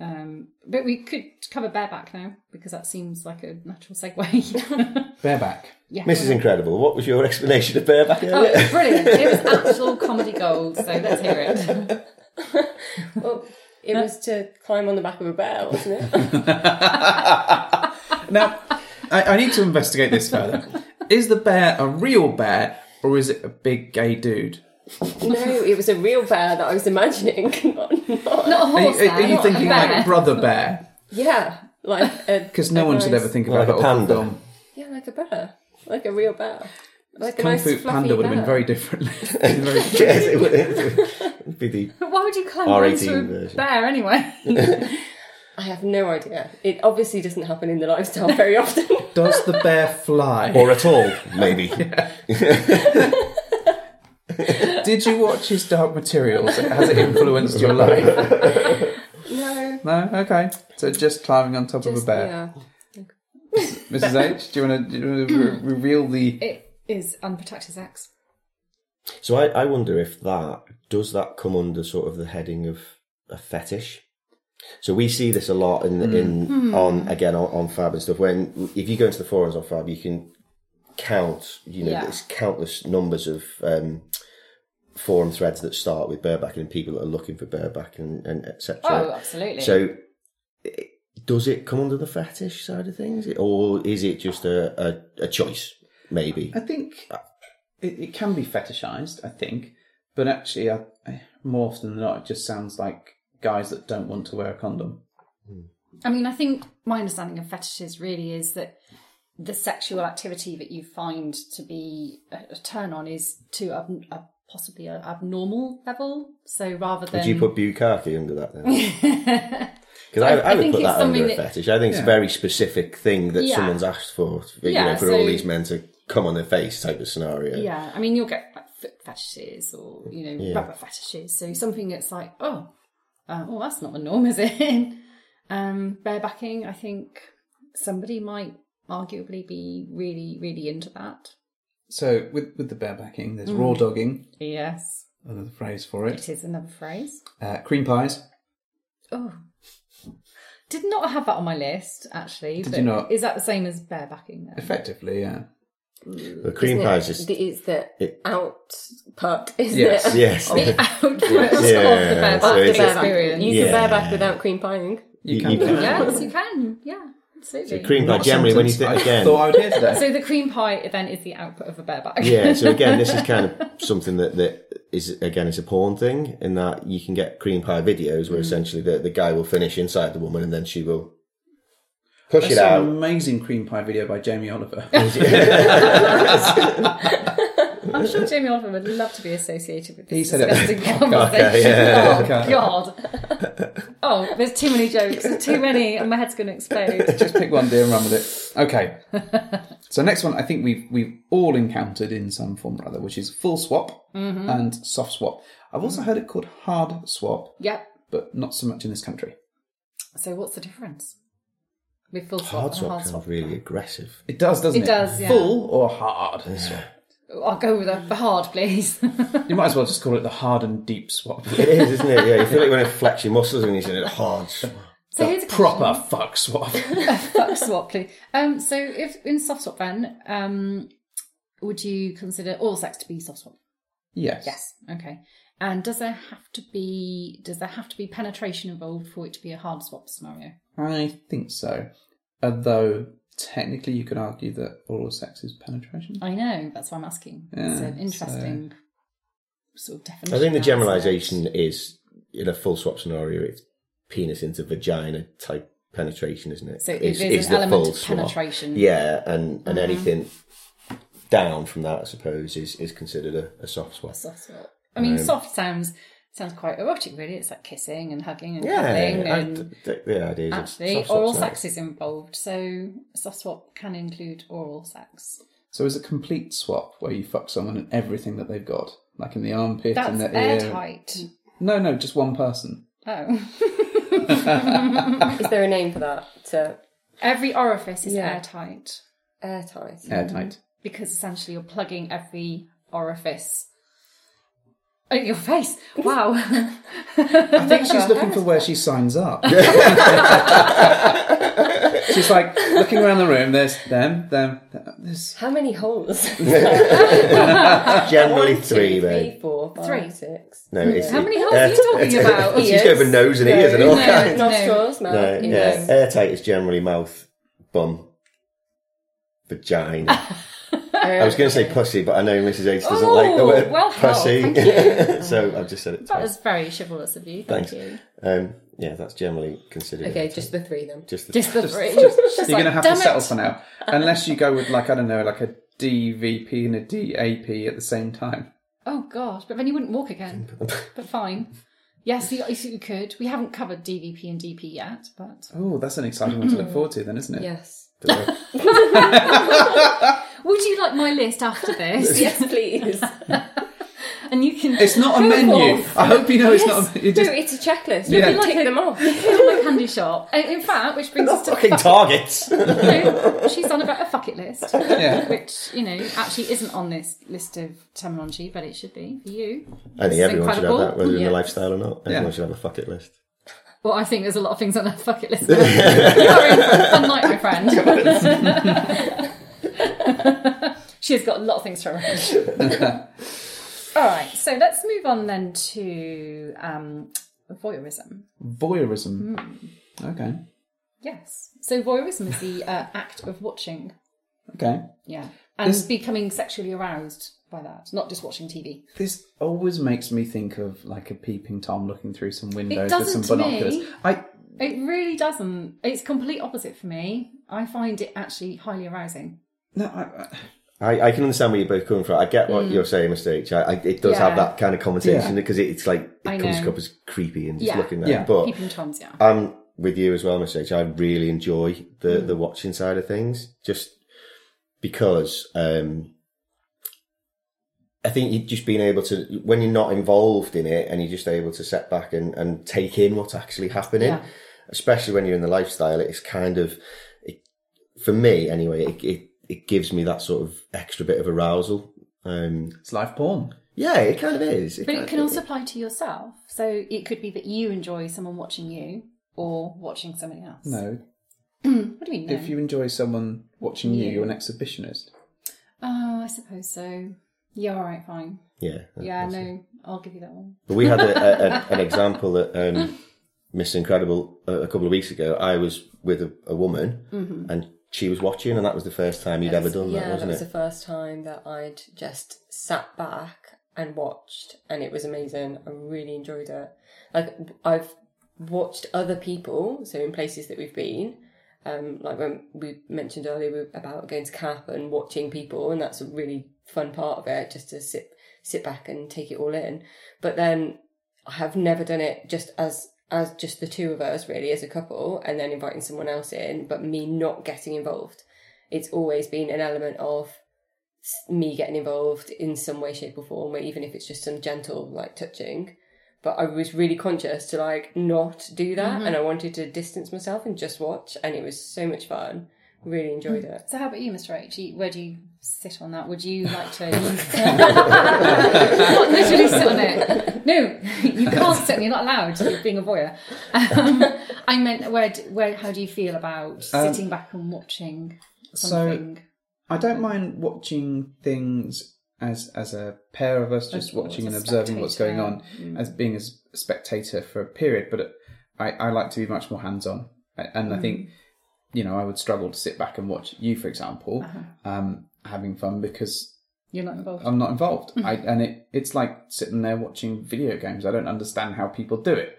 C: Um, but we could cover bareback now because that seems like a natural segue. [LAUGHS]
A: Bareback.
C: yeah,
D: Mrs. Incredible, what was your [LAUGHS] explanation of bareback?
C: Oh,
D: earlier?
C: it was brilliant. It was actual comedy gold, so let's hear it.
E: Well, it was to climb on the back of a bear, wasn't it?
A: Now, I, I need to investigate this further.
E: [LAUGHS]
A: Is the bear a real bear or is it a big gay dude?
E: no, it was a real bear that I was imagining. [LAUGHS] not, not-
C: Not a
A: Are you,
C: horse.
A: are- are you
C: man,
A: thinking
C: a bear.
A: like brother bear?
E: yeah, like
A: [LAUGHS]
E: a
A: Because no
E: a
A: one should
E: nice-
A: ever think
D: Like
A: about
D: a
A: that awful
D: panda.
A: film.
E: Yeah, like a bear, like a real bear, like a
A: Kung
E: nice
A: Fu
E: fluffy
A: Panda would have been
E: bear.
A: very different.
D: [LAUGHS]
A: Very-
D: [LAUGHS] yes, it would, it would be the
C: But why would you climb
D: R18
C: onto a
D: version.
C: bear anyway? [LAUGHS]
E: I have no idea. It obviously doesn't happen in the lifestyle
A: [LAUGHS]
E: very often.
A: Does the bear fly?
D: or at all [LAUGHS] maybe.
A: Did you watch his Dark Materials? Has it influenced your
D: [LAUGHS]
A: life?
E: no.
A: No. Okay. So just climbing on top of a
E: Just,
A: bear.
E: yeah.
A: Mrs. H, do you want [CLEARS THROAT] to reveal the?
C: It is unprotected sex.
D: So I, I wonder if that does that come under sort of the heading of a fetish. So we see this a lot in in
C: Hmm.
D: on again on, on Fab and stuff. When if you go into the forums on Fab, you can count you know
C: Yeah.
D: there's countless numbers of um, forum threads that start with bareback and people that are looking for bareback and and etc.
C: Oh, absolutely.
D: So, i- does it come under the fetish side of things, or is it just a, a, a choice? Maybe.
A: I think it, it can be fetishized. I think, but actually, I, I, more often than not, it just sounds like guys that don't want to wear a condom.
C: I mean, I think my understanding of fetishes really is that the sexual activity that you find to be a, a turn on is to ab- a, possibly an abnormal level. So rather than
D: Would you put bukkake under that then?
C: [LAUGHS]
D: Because I, I,
C: I
D: would
C: think
D: put
C: it's
D: that under
C: something
D: a
C: that-
D: fetish. I think it's a very specific thing that
C: Yeah.
D: someone's asked for. You
C: Yeah,
D: know, for
C: so-
D: all these men to come on their face type of scenario.
C: Yeah, I mean, you'll get like foot fetishes or you know rubber fetishes. So something that's like, oh, uh, well, that's not the norm, is it? [LAUGHS] um, barebacking, I think somebody might arguably be really, really into that.
A: So with with the barebacking, there's raw dogging,
C: Yes,
A: another phrase for it.
C: it is another phrase.
A: Uh, cream pies.
C: Oh, did not have that on my list actually.
A: Did
C: but
A: you not?
C: Is that the same as barebacking? Then?
A: Effectively, yeah.
D: The cream
E: Isn't it-
D: pies just
E: the- It's the
D: it-
E: output, isn't
A: Yes.
E: it?
C: Oh.
D: yes.
E: Of-
D: [LAUGHS] yeah,
C: Out
D: Yeah,
C: of the
D: so
E: of the
C: bareback
D: it's-
E: bareback.
C: experience.
E: You can
D: Yeah.
E: bareback without cream pieing.
D: You-
A: can
D: you
A: do
D: can.
A: that.
C: Yes, you can. Yeah, absolutely.
D: The cream pie
A: Not
D: generally when you
A: sentence
D: think
A: I thought I
D: again.
A: would hear [LAUGHS] today.
C: So the cream pie then is the output of a bareback.
A: [LAUGHS]
D: Yeah, so again, this is kind of something that, that is again it's a porn thing in that you can get cream pie videos
C: Mm.
D: where essentially the, the guy will finish inside the woman and then she will push
A: I
D: it
A: saw an
D: out.
A: amazing cream pie video by Jamie [LAUGHS] Oliver.
C: [LAUGHS] I'm sure Jamie Oliver would love to be associated with this
A: He said it.
C: disgusting conversation.
D: Okay, yeah.
C: Oh God!
D: [LAUGHS]
C: Oh, there's too many jokes. There's too many, and my head's going to explode.
A: Just pick one, dear, and run with it. Okay. So next one, I think we've we've all encountered in some form or other, which is full swap and soft swap. I've also heard it called hard swap,
C: Yep.
A: but not so much in this country.
C: So what's the difference? With full swap
D: Hard
C: and
D: swap
C: hard
D: sounds
C: swap.
D: really aggressive.
A: It does, doesn't it?
C: It does, yeah.
A: Full or hard swap.
C: I'll go with the the hard, please.
A: You might as well just call it the hard and deep swap.
D: It is, isn't it? Yeah, you feel like when it flex your muscles and "Oh, you're saying it hard.
C: so here's a
A: Proper fuck swap. [LAUGHS]
C: fuck swap, please. Um, so if in soft swap, then um, would you consider all sex to be soft swap?
A: yes.
C: Yes. Okay. And does there have to be does there have to be penetration involved for it to be a hard swap scenario?
A: I think so. Although technically, you could argue that oral sex is penetration.
C: I know that's why I'm asking. it's
A: Yeah,
C: an interesting sort of definition.
D: I think the
C: out
D: generalisation is in a full swap scenario, it's penis into vagina type penetration, isn't it?
C: So it is an element of penetration. Uh-huh.
D: Yeah, and, and anything down from that, I suppose, is, is considered a, a soft swap.
C: there. Soft swap. I
D: um,
C: mean, soft sounds sounds quite erotic, really. It's like kissing and hugging and
D: Yeah,
C: cuddling,
D: I-
C: and
D: th- the idea is it's
C: actually
D: soft swap
C: oral
D: scenario.
C: sex is involved. So soft swap can include oral sex.
A: So is a complete swap where you fuck someone and everything that they've got, like in the armpit and
C: That's
A: the ear.
C: airtight.
A: No, no, just one person.
C: Oh.
E: Is there a name for that? To
C: Every orifice is
E: Yeah.
C: airtight.
E: airtight.
C: Mm. [LAUGHS]
A: Airtight.
C: because essentially you're plugging every orifice. Oh, your face!
A: [LAUGHS]
C: Wow.
A: I think she's looking for where she signs
C: [LAUGHS]
A: up. [LAUGHS] she's like looking around the room. There's them, them, them, there's
E: How many holes?
D: Generally
E: [LAUGHS] One, two,
D: three, though.
E: three, four, five,
C: Three.
E: six.
D: No, it's,
C: How many holes
D: [LAUGHS]
C: are you talking about?
D: She's going for nose and ears and all
C: No.
D: kinds.
E: Nostrils, mouth,
D: No, yeah.
E: ears.
D: Airtight is generally mouth, bum, vagina. I was
A: Um,
D: going
C: [LAUGHS]
D: to say pussy, but I know Mrs. H doesn't
C: Oh,
D: like the word
C: well held,
D: pussy, [LAUGHS]
C: thank you.
D: so I've just said it.
C: That
D: Twice.
C: was very chivalrous of you. Thank
D: Thanks.
C: you.
D: Um, yeah, that's generally considered.
E: Okay,
D: it.
E: just the three then.
D: just the [LAUGHS]
C: Just the three.
A: you're going to have to
C: "Damn it."
A: settle for now, unless you go with like I don't know, like a DVP and a DAP at the same time.
C: Oh gosh, but then you wouldn't walk again. but fine. Yes, you, you could. We haven't covered DVP and DP yet, but
A: Oh, that's an exciting one to
C: Mm.
A: look forward to, then, isn't it?
E: Yes.
C: [LAUGHS] would you like my list after
E: [LAUGHS]
C: this?
E: Yes, please. no,
C: And you can.
A: It's not a
C: Go
A: menu.
C: off.
A: I hope you know it's not. A, you just
E: it's a checklist.
A: Yeah.
E: You can tick them off.
C: my candy shop. And In fact, which brings us to
D: fucking targets.
C: no, she's on about a fuck it list,
A: [LAUGHS] Yeah.
C: which you know actually isn't on this list of terminology, but it should be for you.
D: I think everyone should have
C: incredible.
D: that, whether in
C: Yeah.
D: the lifestyle or not. Everyone
A: Yeah.
D: should have a fuck it list.
C: Well, I think there's a lot of things on that fuck
A: [LAUGHS]
C: it list. you are in for a fun night, my friend. [LAUGHS] she has got a lot of things to arrange. All right, so let's move on then to um, voyeurism.
A: voyeurism.
C: Mm.
A: Okay.
C: Yes, so voyeurism is the uh, act of watching.
A: Okay.
C: Yeah, and
A: This-
C: becoming sexually aroused by that, not just watching TV.
A: This always makes me think of like a peeping tom looking through some windows with
C: doesn't
A: some
C: to me.
A: binoculars. I
C: It really doesn't. It's complete opposite for me. I find it actually highly arousing.
A: no, I, I-
D: I, I can understand where you're both coming from. I get what you're saying, Mr. H. I, I, it does have
C: Mm. Yeah.
D: that kind of connotation
A: Yeah.
D: because it, it's like it
C: I
D: comes
C: know.
D: up as creepy and just
C: Yeah.
D: looking there.
A: Yeah.
D: But
C: Peeping toms, yeah.
D: I'm with you as well, Mr. H. I really enjoy the the watching side of things. Just because um, I think you've just been able to when you're not involved in it and you're just able to set back and, and take in what's actually happening.
C: Yeah.
D: Especially when you're in the lifestyle, it's kind of it, for me anyway. It, it it gives me that sort of extra bit of arousal. Um,
A: It's live porn.
D: yeah, it kind of is.
C: But it
D: kind
C: can
D: of-
C: also apply to yourself. So it could be that you enjoy someone watching you or watching somebody else.
A: No,
C: What do you mean? No?
A: if you enjoy someone watching you, you're an exhibitionist.
C: Oh, I suppose so. Yeah, all right, fine.
D: yeah,
C: Yeah,
D: that's it.
C: no, I'll give you that one.
D: But we had a, a, an- an example at um, Miss Incredible a, a couple of weeks ago. I was with a, a woman and she was watching, and that was the first time you'd ever done that,
E: yeah, that
D: wasn't
E: was the
D: it?
E: first time that I'd just sat back and watched, and it was amazing. I really enjoyed it. Like I've watched other people, so in places that we've been, um, like when we mentioned earlier we- about going to CAP and watching people, and that's a really fun part of it, just to sit sit back and take it all in. But then I have never done it just as as just the two of us really as a couple and then inviting someone else in but me not getting involved it's always been an element of s- me getting involved in some way shape or form where even if it's just some gentle like touching but i was really conscious to like not do that and i wanted to distance myself and just watch and it was so much fun really enjoyed it
C: So, how about you, Mr. H? You- Where do you sit on that? Would you like to not literally sit on it? No, [LAUGHS] you can't sit. on it, You're not allowed. You're being a voyeur. Um, I meant, where? d- Where? How do you feel about
A: Um,
C: sitting back and watching something?
A: I don't mind watching things as as a pair of us, just
C: Or as
A: watching
C: a
A: and observing what's going on, as being as a spectator for a period. But I, I like to be much more hands on, and I
C: Mm.
A: think you know I would struggle to sit back and watch you, for example,
C: Uh-huh.
A: um, having fun because
C: You're not involved.
A: I'm not involved. I, and it, it's like sitting there watching video games. I don't understand how people do it.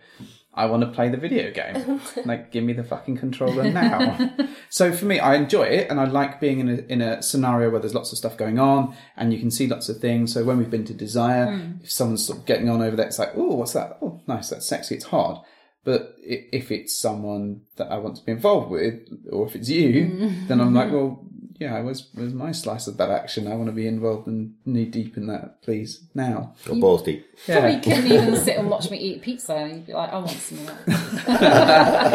A: I want to play the video game. like, give me the fucking controller now. so for me, I enjoy it, and I like being in a in a scenario where there's lots of stuff going on, and you can see lots of things. So when we've been to Desire, if someone's sort of getting on over there, it's like, oh, what's that? Oh, nice, that's sexy. It's hard. But i- if it's someone that I want to be involved with, or if it's you, then I'm like, well, yeah, where's, where's my slice of that action? I want to be involved and knee deep in that, please, now.
D: Or balls deep.
C: Probably couldn't even sit and watch me eat pizza. You'd be like, I want some of that.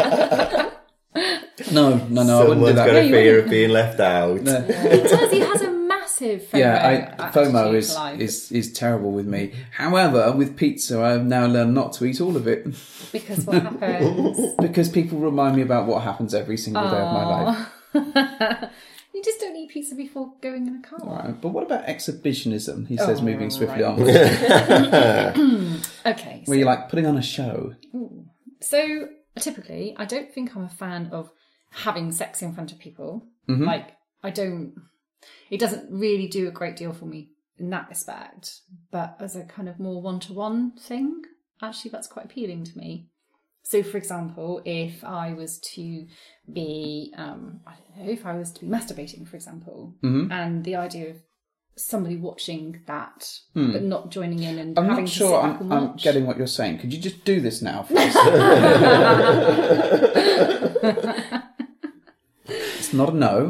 A: No, no, no, I wouldn't do
D: Someone's
A: that.
D: got a
C: you
D: fear of being left out.
C: he does. He has a massive FOMO.
A: yeah, I, FOMO
C: attitude
A: is,
C: to life
A: is is terrible with me. However, with pizza, I've now learned not to eat all of it [LAUGHS]
C: because what happens?
A: because people remind me about what happens every single day of my life.
C: [LAUGHS] you just don't eat pizza before going in a car.
A: Right, But what about exhibitionism? He says,
C: Oh,
A: moving swiftly
C: right.
A: on, where
C: Okay, so,
A: you're like putting on a show.
C: so typically, I don't think I'm a fan of having sex in front of people.
A: Mm-hmm.
C: Like, I don't. It doesn't really do a great deal for me in that respect. But as a kind of more one-to-one thing, actually, that's quite appealing to me. So, for example, if I was to be, um, I don't know, if I was to be masturbating, for example,
A: Mm-hmm.
C: and the idea of somebody watching that but not joining in and
A: Hmm. I'm
C: having
A: not
C: to
A: sure
C: sit back
A: I'm,
C: and
A: I'm
C: watch.
A: getting what you're saying. Could you just do this
C: [LAUGHS]
A: now? For us? it's not a
C: [LAUGHS]
A: no.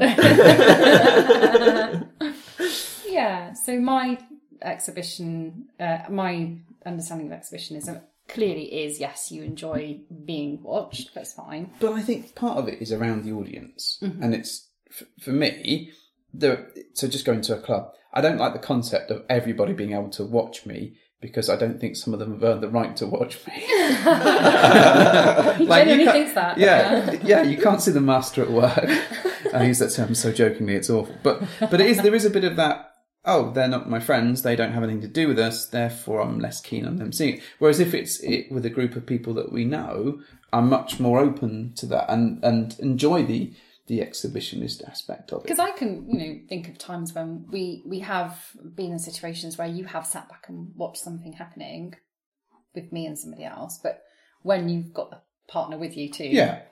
C: Yeah. So my exhibition, uh, my understanding of exhibitionism clearly is yes, you enjoy being watched. That's fine.
A: But I think part of it is around the audience, and it's f- for me. The, so just going to a club, I don't like the concept of everybody being able to watch me because I don't think some of them have earned the right to watch me.
C: He
A: Like, you
C: genuinely
A: can't-
C: thinks that.
A: yeah, yeah. You can't see the master at work. I use that term so jokingly; it's awful. But but it is there is a bit of that. Oh, they're not my friends. They don't have anything to do with us. Therefore, I'm less keen on them seeing. It. Whereas if it's it, with a group of people that we know, I'm much more open to that and and enjoy the the exhibitionist aspect of it.
C: Because I can, you know, think of times when we we have been in situations where you have sat back and watched something happening with me and somebody else, but when you've got the partner with you too,
A: Yeah,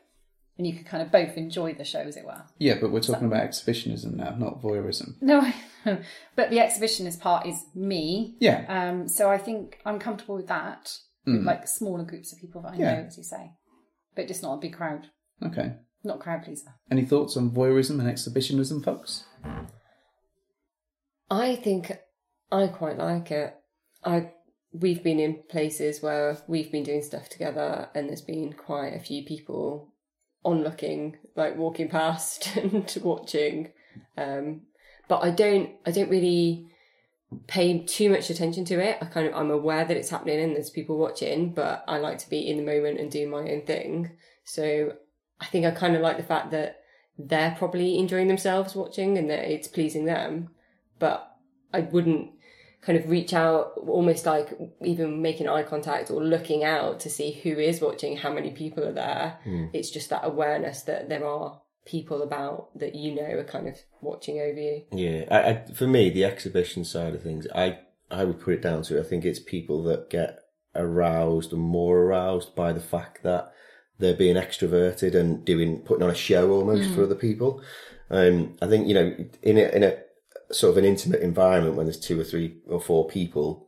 C: and you can kind of both enjoy the show, as it were.
A: yeah. But we're talking about exhibitionism now, not voyeurism.
C: No, [LAUGHS] I, but the exhibitionist part is me
A: Yeah.
C: Um, so I think I'm comfortable with that, with like smaller groups of people that I
A: Hmm. Yeah.
C: know, as you say, but just not a big crowd,
E: Uh.
A: Okay. [LAUGHS]
C: not crowd pleaser.
A: Any thoughts on voyeurism and exhibitionism, folks?
E: I think I quite like it. I we've been in places where we've been doing stuff together, and there's been quite a few people onlooking, like walking past [LAUGHS] and watching. Um, but I don't. I don't really pay too much attention to it. I kind of I'm aware that it's happening and there's people watching, but I like to be in the moment and do my own thing. So I think I kind of like the fact that they're probably enjoying themselves watching and that it's pleasing them. But I wouldn't kind of reach out almost like even making eye contact or looking out to see who is watching, how many people are there. It's just that awareness that there are people about that you know are kind of watching over you.
D: Yeah, I, I, for me, the exhibition side of things, I I would put it down to I think it's people that get aroused and more aroused by the fact that they're being extroverted and doing putting on a show almost for other people. Um, I think you know in a, in a sort of an intimate environment when there's two or three or four people.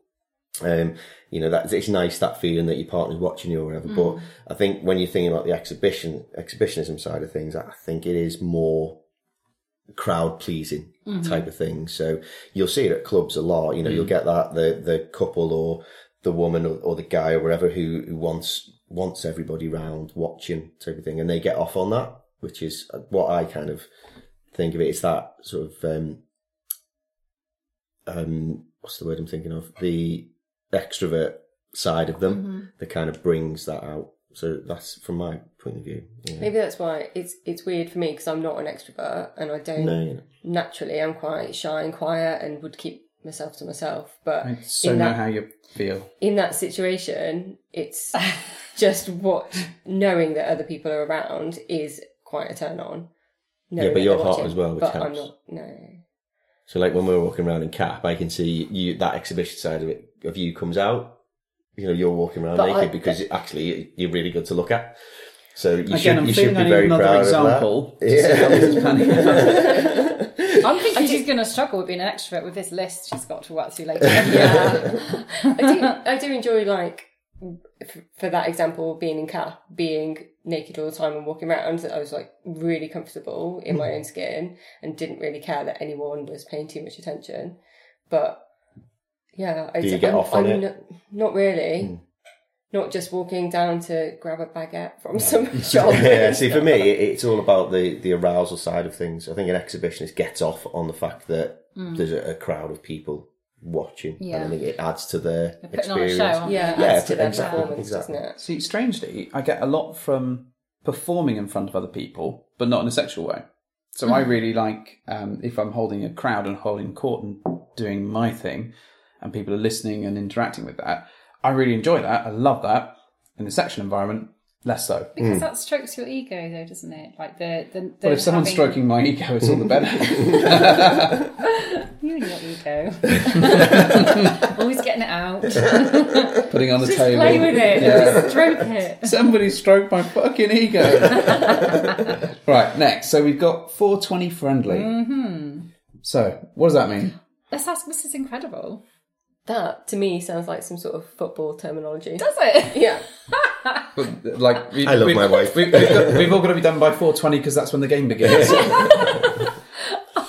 D: Um, you know that it's nice that feeling that your partner's watching you or whatever. But I think when you're thinking about the exhibition exhibitionism side of things, I think it is more crowd pleasing type of thing. So you'll see it at clubs a lot. You know, you'll get that the the couple or the woman or, or the guy or whatever who, who wants wants everybody round watching type of thing, and they get off on that, which is what I kind of think of it. It's that sort of um, um, what's the word I'm thinking of? The extrovert side of them that kind of brings that out. So that's from my point of view. Yeah.
E: Maybe that's why it's it's weird for me because I'm not an extrovert and I don't
D: No, you know.
E: naturally. I'm quite shy and quiet and would keep myself to myself. But
A: I so
E: in
A: know
E: that
A: how you feel.
E: in that situation, it's just what knowing that other people are around is quite a turn on. knowing
D: but
E: that
D: you're
E: they're
D: hot
E: watching.
D: as well, which
E: but I'm
D: helps.
E: not. No,
D: So like when we were walking around in Cap, I can see you that exhibition side of it of you comes out. You know, you're walking around
E: But
D: naked
E: I-
D: because it, actually you're really good to look at. So you
A: Again,
D: should
A: I'm
D: you
A: feeling
D: should
A: I
D: be
A: need
D: very
A: another
D: proud
A: example. [LAUGHS]
D: [LAUGHS] of that. Yeah.
C: I'm thinking she's going to struggle with being an extrovert with this list she's got to work through
A: [LAUGHS]
C: later.
E: [LAUGHS] I do. I do enjoy like f- for that example being in cap, being naked all the time and walking around. That I was like really comfortable in
D: Hmm.
E: my own skin and didn't really care that anyone was paying too much attention. But yeah, I
D: Do you get off on it? Hmm.
E: Not, not really. Not just walking down to grab a baguette
D: [LAUGHS]
E: from some [LAUGHS] shop.
D: yeah, see, for me, it- it's all about the, the arousal side of things. I think an exhibitionist gets off on the fact that there's a, a crowd of people watching, and
C: Yeah.
D: I think it adds to their
C: putting on a show,
D: experience.
C: aren't
E: Yeah,
D: Yeah,
E: adds to their
D: exactly,
E: performance,
D: exactly.
E: doesn't it?
A: See, strangely, I get a lot from performing in front of other people, but not in a sexual way. So
D: Mm.
A: I really like um, if I'm holding a crowd and holding court and doing my thing, and people are listening and interacting with that. I really enjoy that. I love that. In the sexual environment, less so.
C: Because that strokes your ego, though, doesn't it? Like the the, the
A: But Hmm. if someone's
C: having-
A: stroking my ego, it's all the
C: [LAUGHS]
A: better.
C: you and
A: [LAUGHS]
C: your ego, [LAUGHS] always getting it out.
A: Putting on the
C: Just
A: table.
C: play with it. Just stroke
A: [LAUGHS]
C: it.
A: Somebody stroked my fucking
C: [LAUGHS]
A: ego. right, next. So we've got 420 friendly. Mm-hmm. So, what does that mean?
C: Let's ask Mrs. Incredible.
E: That to me sounds like some sort of football terminology.
C: Does it? [LAUGHS]
E: Yeah.
A: Like, we,
D: I love
A: we've-
D: my wife.
A: We've, we've got, we've all got to be done by 420 because that's when the game begins.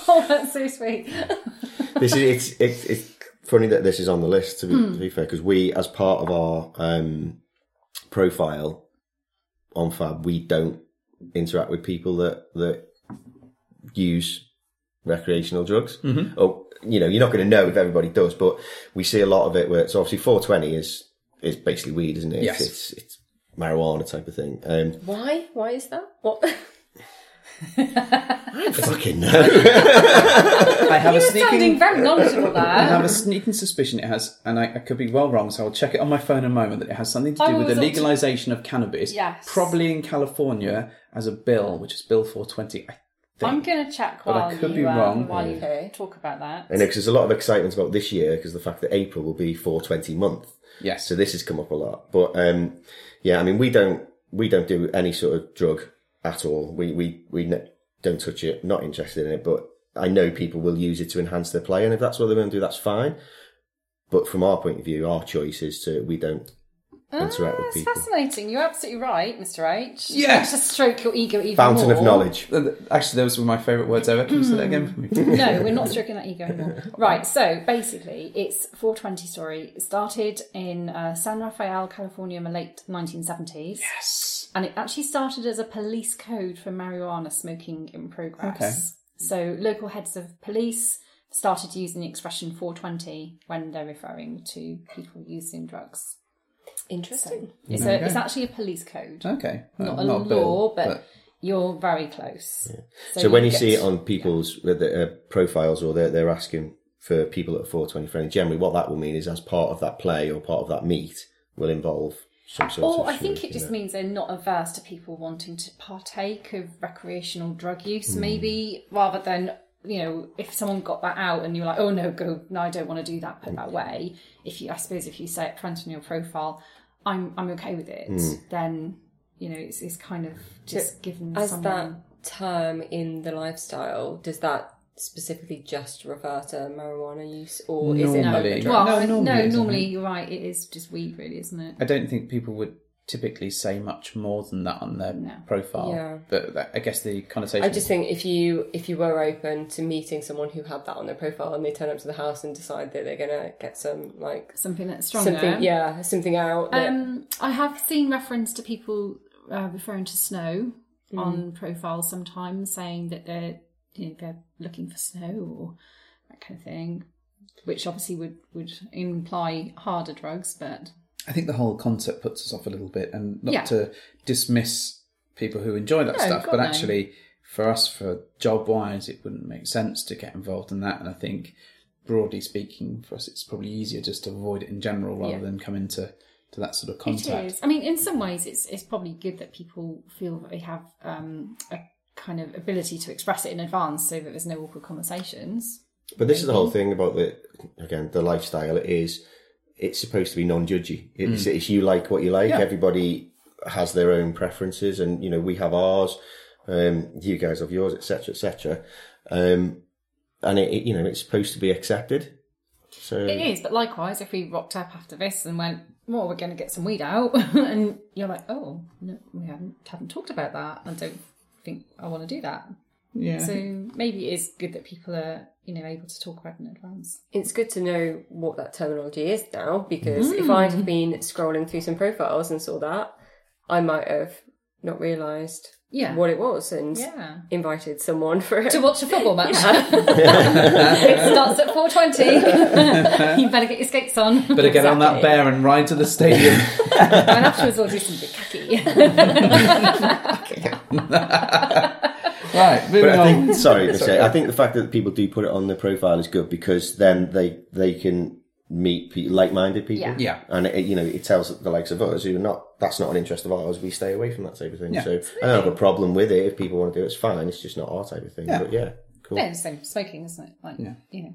C: Oh, that's so sweet.
D: this is it's, it's it's funny that this is on the list to be, to be fair because we as part of our um profile on fab we don't interact with people that that use recreational drugs or you know you're not going to know if everybody does but we see a lot of it where it's obviously 420 is is basically weed isn't it
A: Yes.
D: it's, it's marijuana type of thing um
E: Why? Why is that? What? [LAUGHS]
D: I fucking know
A: [LAUGHS] I have a
C: Sounding
A: sneaking.
C: very knowledgeable
A: I
C: there.
A: have a sneaking suspicion it has, and I, I could be well wrong, so I'll check it on my phone in a moment, that it has something to
C: I
A: do with the
C: was up to-
A: legalization of cannabis.
C: Yes.
A: Probably in California as a bill, which is Bill 420. I think.
C: I'm going to check
A: But I
C: while
A: could
C: you
A: be
C: um,
A: wrong.
C: while you
E: Okay.
C: talk about that.
D: and there's a lot of excitement about this year because the fact that april will be 420 month
A: yes.
D: So this has come up a lot. But um, yeah, I mean, we don't we don't do any sort of drug at all. We we we ne- don't touch it. Not interested in it. But I know people will use it to enhance their play, and if that's what they're going to do, that's fine. But from our point of view, our choice is to we don't interact with
C: That's
D: people.
C: Ah, fascinating. You're absolutely right, Mr. H.
A: Yes.
C: To stroke your ego even
D: Fountain
C: more.
D: of knowledge.
A: Actually, those were my favourite words ever. Can you say that again for me?
C: [LAUGHS]
D: [LAUGHS]
C: no, we're not stroking that ego anymore. Right, so basically, it's 420 story. It started in uh, San Rafael, California, in the late 1970s. Yes. And it actually started as a police code for marijuana smoking in progress.
A: Okay.
C: So local heads of police started using the expression 420 when they're referring to people using drugs.
E: Interesting.
C: It's,
A: There you
C: a,
A: go.
C: it's actually a police code.
A: Okay.
C: Not a
A: Well, bill,
C: law, but, you're very close.
D: So when you
C: get-
D: see it on people's with the, uh, profiles or they're, they're asking for people that are 420 friendly, generally what that will mean is as part of that play or part of that meet will involve some sort
C: Or
D: of.
C: Oh, I think
D: smoking
C: it just
D: there.
C: means they're not averse to people wanting to partake of recreational drug use, maybe, rather than, you know, if someone got that out and you're like, oh no, go, no, I don't want to do that, put that away. If you, I suppose, if you say up front on your profile, I'm, I'm okay with it, then, you know, it's, it's kind of just given
E: As that
C: someone.
E: term in the lifestyle, does that specifically just refer to marijuana use, or is it
A: Normally.
E: other drugs?
C: Well,
A: No,
C: no,
A: normally,
C: normally,
A: isn't it?
C: you're right, it is just weed, really, isn't it?
A: I don't think people would typically say much more than that on their
C: No.
A: profile.
E: Yeah.
A: But that, I guess the connotation.
E: I just think if you if you were open to meeting someone who had that on their profile and they turn up to the house and decide that they're gonna get some like
C: Something that's stronger.
E: something yeah something out that,
C: Um, I have seen reference to people uh, referring to snow on profiles sometimes, saying that they're you know, they're looking for snow or that kind of thing, which obviously would would imply harder drugs. But
A: I think the whole concept puts us off a little bit, and not
C: Yeah.
A: to dismiss people who enjoy that
C: No,
A: stuff,
C: God,
A: but
C: no.
A: actually, for us, for job wise, it wouldn't make sense to get involved in that. And I think, broadly speaking, for us, it's probably easier just to avoid it in general rather
C: Yeah.
A: than come into to that sort of
C: it
A: contact.
C: is. I mean, in some ways, it's it's probably good that people feel that they have um, a kind of ability to express it in advance, so that there's no awkward conversations.
D: But this is the whole thing about the again the lifestyle is it's supposed to be non-judgy. It's, it's you like what you like.
A: Yeah.
D: Everybody has their own preferences, and you know we have ours. Um, you guys have yours, etc., etc. Um, and it, it, you know it's supposed to be accepted. So
C: It is, but likewise, if we rocked up after this and went, well, we're going to get some weed out, [LAUGHS] and you're like, oh, no, we haven't, haven't talked about that. I don't think I want to do that.
A: Yeah.
C: So maybe it is good that people are, you know, able to talk about it in advance.
E: it's good to know what that terminology is now because if I'd
C: Mm.
E: have been scrolling through some profiles and saw that, I might have not realised
C: Yeah.
E: what it was and
C: Yeah.
E: invited someone [LAUGHS] for it.
C: To watch a football match. [LAUGHS] it starts at 4.20. [LAUGHS] you better get your skates on.
A: Better get on that
E: Exactly.
A: bear and ride to the stadium.
C: [LAUGHS] and afterwards we'll do some bukkake.
A: right, moving
D: But I
A: on.
D: think, sorry, to say, I think the fact that people do put it on their profile is good because then they they can meet pe- like-minded people.
C: Yeah.
A: Yeah.
D: And it, you know, it tells the likes of us who are not that's not an interest of ours. We stay away from that type of thing.
A: Yeah.
D: So I don't have a problem with it if people want to do it. It's fine. It's just not our type of thing.
A: Yeah.
D: But yeah, cool.
C: no, same smoking, isn't it? Like,
A: Yeah.
C: you know.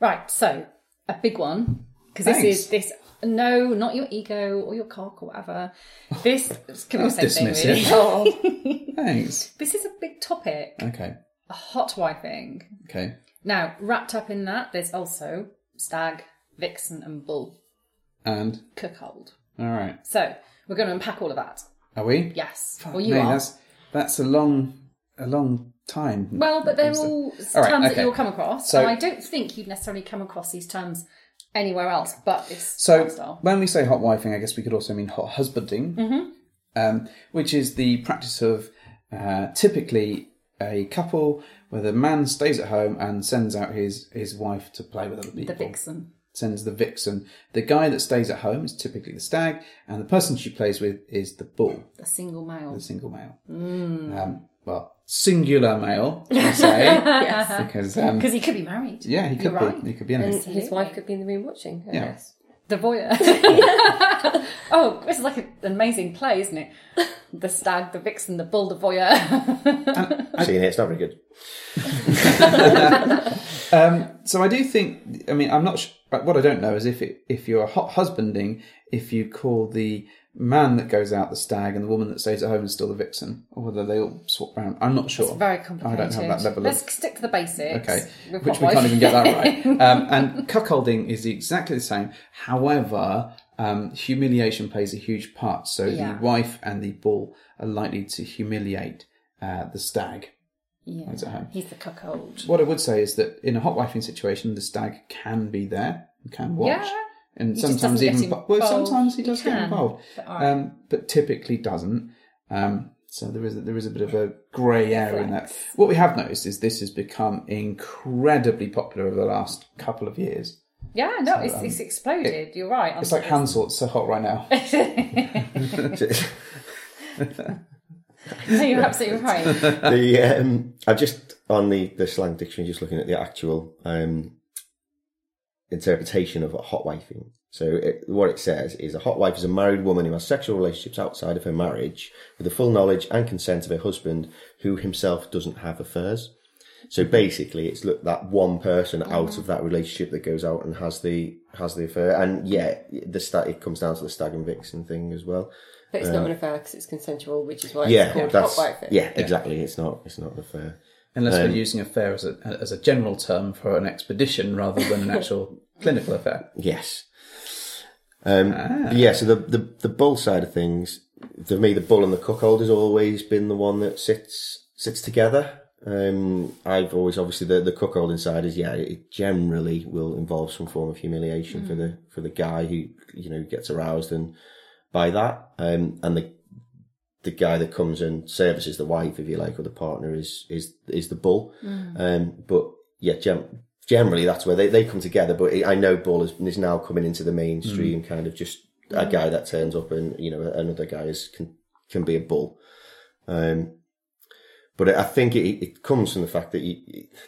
C: Right, so a big one because this
A: Thanks.
C: is this. No, not your ego or your cock or whatever.
A: [LAUGHS]
C: This can be the
A: Let's
C: same thing,
A: dismiss
C: really.
A: it.
E: [LAUGHS]
A: Thanks.
C: [LAUGHS] This is a big topic,
A: Okay.
C: hot wiping.
A: Okay.
C: Now, wrapped up in that, there's also stag, vixen, and bull
A: And
C: cuckold.
A: all right.
C: So we're going to unpack all of that.
A: Are we?
C: Yes,
A: Fuck
C: well you
A: me,
C: are.
A: That's that's a long a long time.
C: Well, but they're
A: Is it-
C: all terms
A: All right,
C: that
A: okay.
C: you'll come across,
A: So-
C: and I don't think you'd necessarily come across these terms anywhere else. But it's
A: So
C: lifestyle.
A: when we say hot wifing, I guess we could also mean hot husbanding,
C: Mm-hmm.
A: um, which is the practice of uh, typically a couple where the man stays at home and sends out his his wife to play with other people.
C: the vixen.
A: sends the vixen. The guy that stays at home is typically the stag, and the person she plays with is the bull,
C: a single male.
A: the single male.
C: Mm.
A: Um, well, singular male, I
C: [LAUGHS]
A: say, [LAUGHS]
E: yes.
A: because um,
C: Because he could be married.
A: yeah, he could
C: You're
A: be,
C: right.
A: he could be
E: And
A: anything.
E: his wife could be in the room watching, I
A: Yeah.
E: guess.
C: The
A: [LAUGHS]
C: voyeur. [LAUGHS] oh, this is like an amazing play, isn't it? The stag, the vixen, the bull, the
A: [LAUGHS]
C: voyeur.
D: Seeing it, it's not very good.
A: So I do think. I mean, I'm not. Sh- but what I don't know is if it, if you're hot husbanding, if you call the man that goes out the stag and the woman that stays at home is still the vixen, or whether they all swap round. I'm not sure.
C: It's very complicated.
A: I don't have that level of-
C: Let's stick to the basics.
A: Okay,
C: with
A: which we
C: what
A: can't
C: I've-
A: even
C: [LAUGHS]
A: get that right. Um, and cuckolding is exactly the same. However, um, humiliation plays a huge part. So
C: Yeah.
A: the wife and the bull are likely to humiliate uh, the stag.
C: yeah.
A: It's at home.
C: He's the cuckold.
A: What I would say is that in a hot wifing situation, the stag can be there, and can watch,
C: Yeah.
A: and
C: He just
A: sometimes
C: doesn't
A: even
C: get
A: well,
C: involved.
A: sometimes he
C: He
A: does get
C: can,
A: involved,
C: but alright.
A: um, but typically doesn't. Um, so there is a, there is a bit of a grey area in that. What we have noticed is this has become incredibly popular over the last couple of years.
C: Yeah, no, it's, it's exploded. You're right.
A: um, It's like Hansel; it's so hot right
C: [LAUGHS]
A: now.
C: [LAUGHS] No, you're absolutely
A: [LAUGHS]
C: right.
D: the um, I just on the the slang dictionary, just looking at the actual um, interpretation of hot wifing. So it, what it says is a hot wife is a married woman who has sexual relationships outside of her marriage with the full knowledge and consent of her husband, who himself doesn't have affairs. So basically, it's look that one person out of that relationship that goes out and has the has the affair, and yeah, the stag, it comes down to the stag and vixen thing as well.
E: But it's not an affair because it's consensual, which is why
D: Yeah,
E: it's called
D: that's
E: hot wife.
D: yeah, exactly. It's not it's not an affair.
A: Unless we're using affair as a as a general term for an expedition rather than an
C: [LAUGHS]
A: actual clinical affair.
D: Yes. Um, but Yeah, so the, the, the bull side of things, for me, the bull and the cuckold has always been the one that sits sits together. Um, I've always, obviously, the, the cuckold inside is, yeah, it generally will involve some form of humiliation for the for the guy who, you know, gets aroused and by that. Um, and the the guy that comes and services the wife, if you like, or the partner is is is the bull. Um, but yeah, gem- generally that's where they, they come together. But I know bull is, is now coming into the mainstream, kind of just a guy that turns up, and you know another guy is can can be a bull. Um, but I think it, it comes from the fact that you,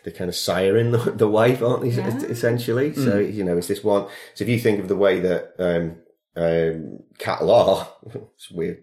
D: they're kind of siring the, the wife, aren't they? es- Essentially, so you know it's this one. So if you think of the way that um, um, cattle are, [LAUGHS] it's a weird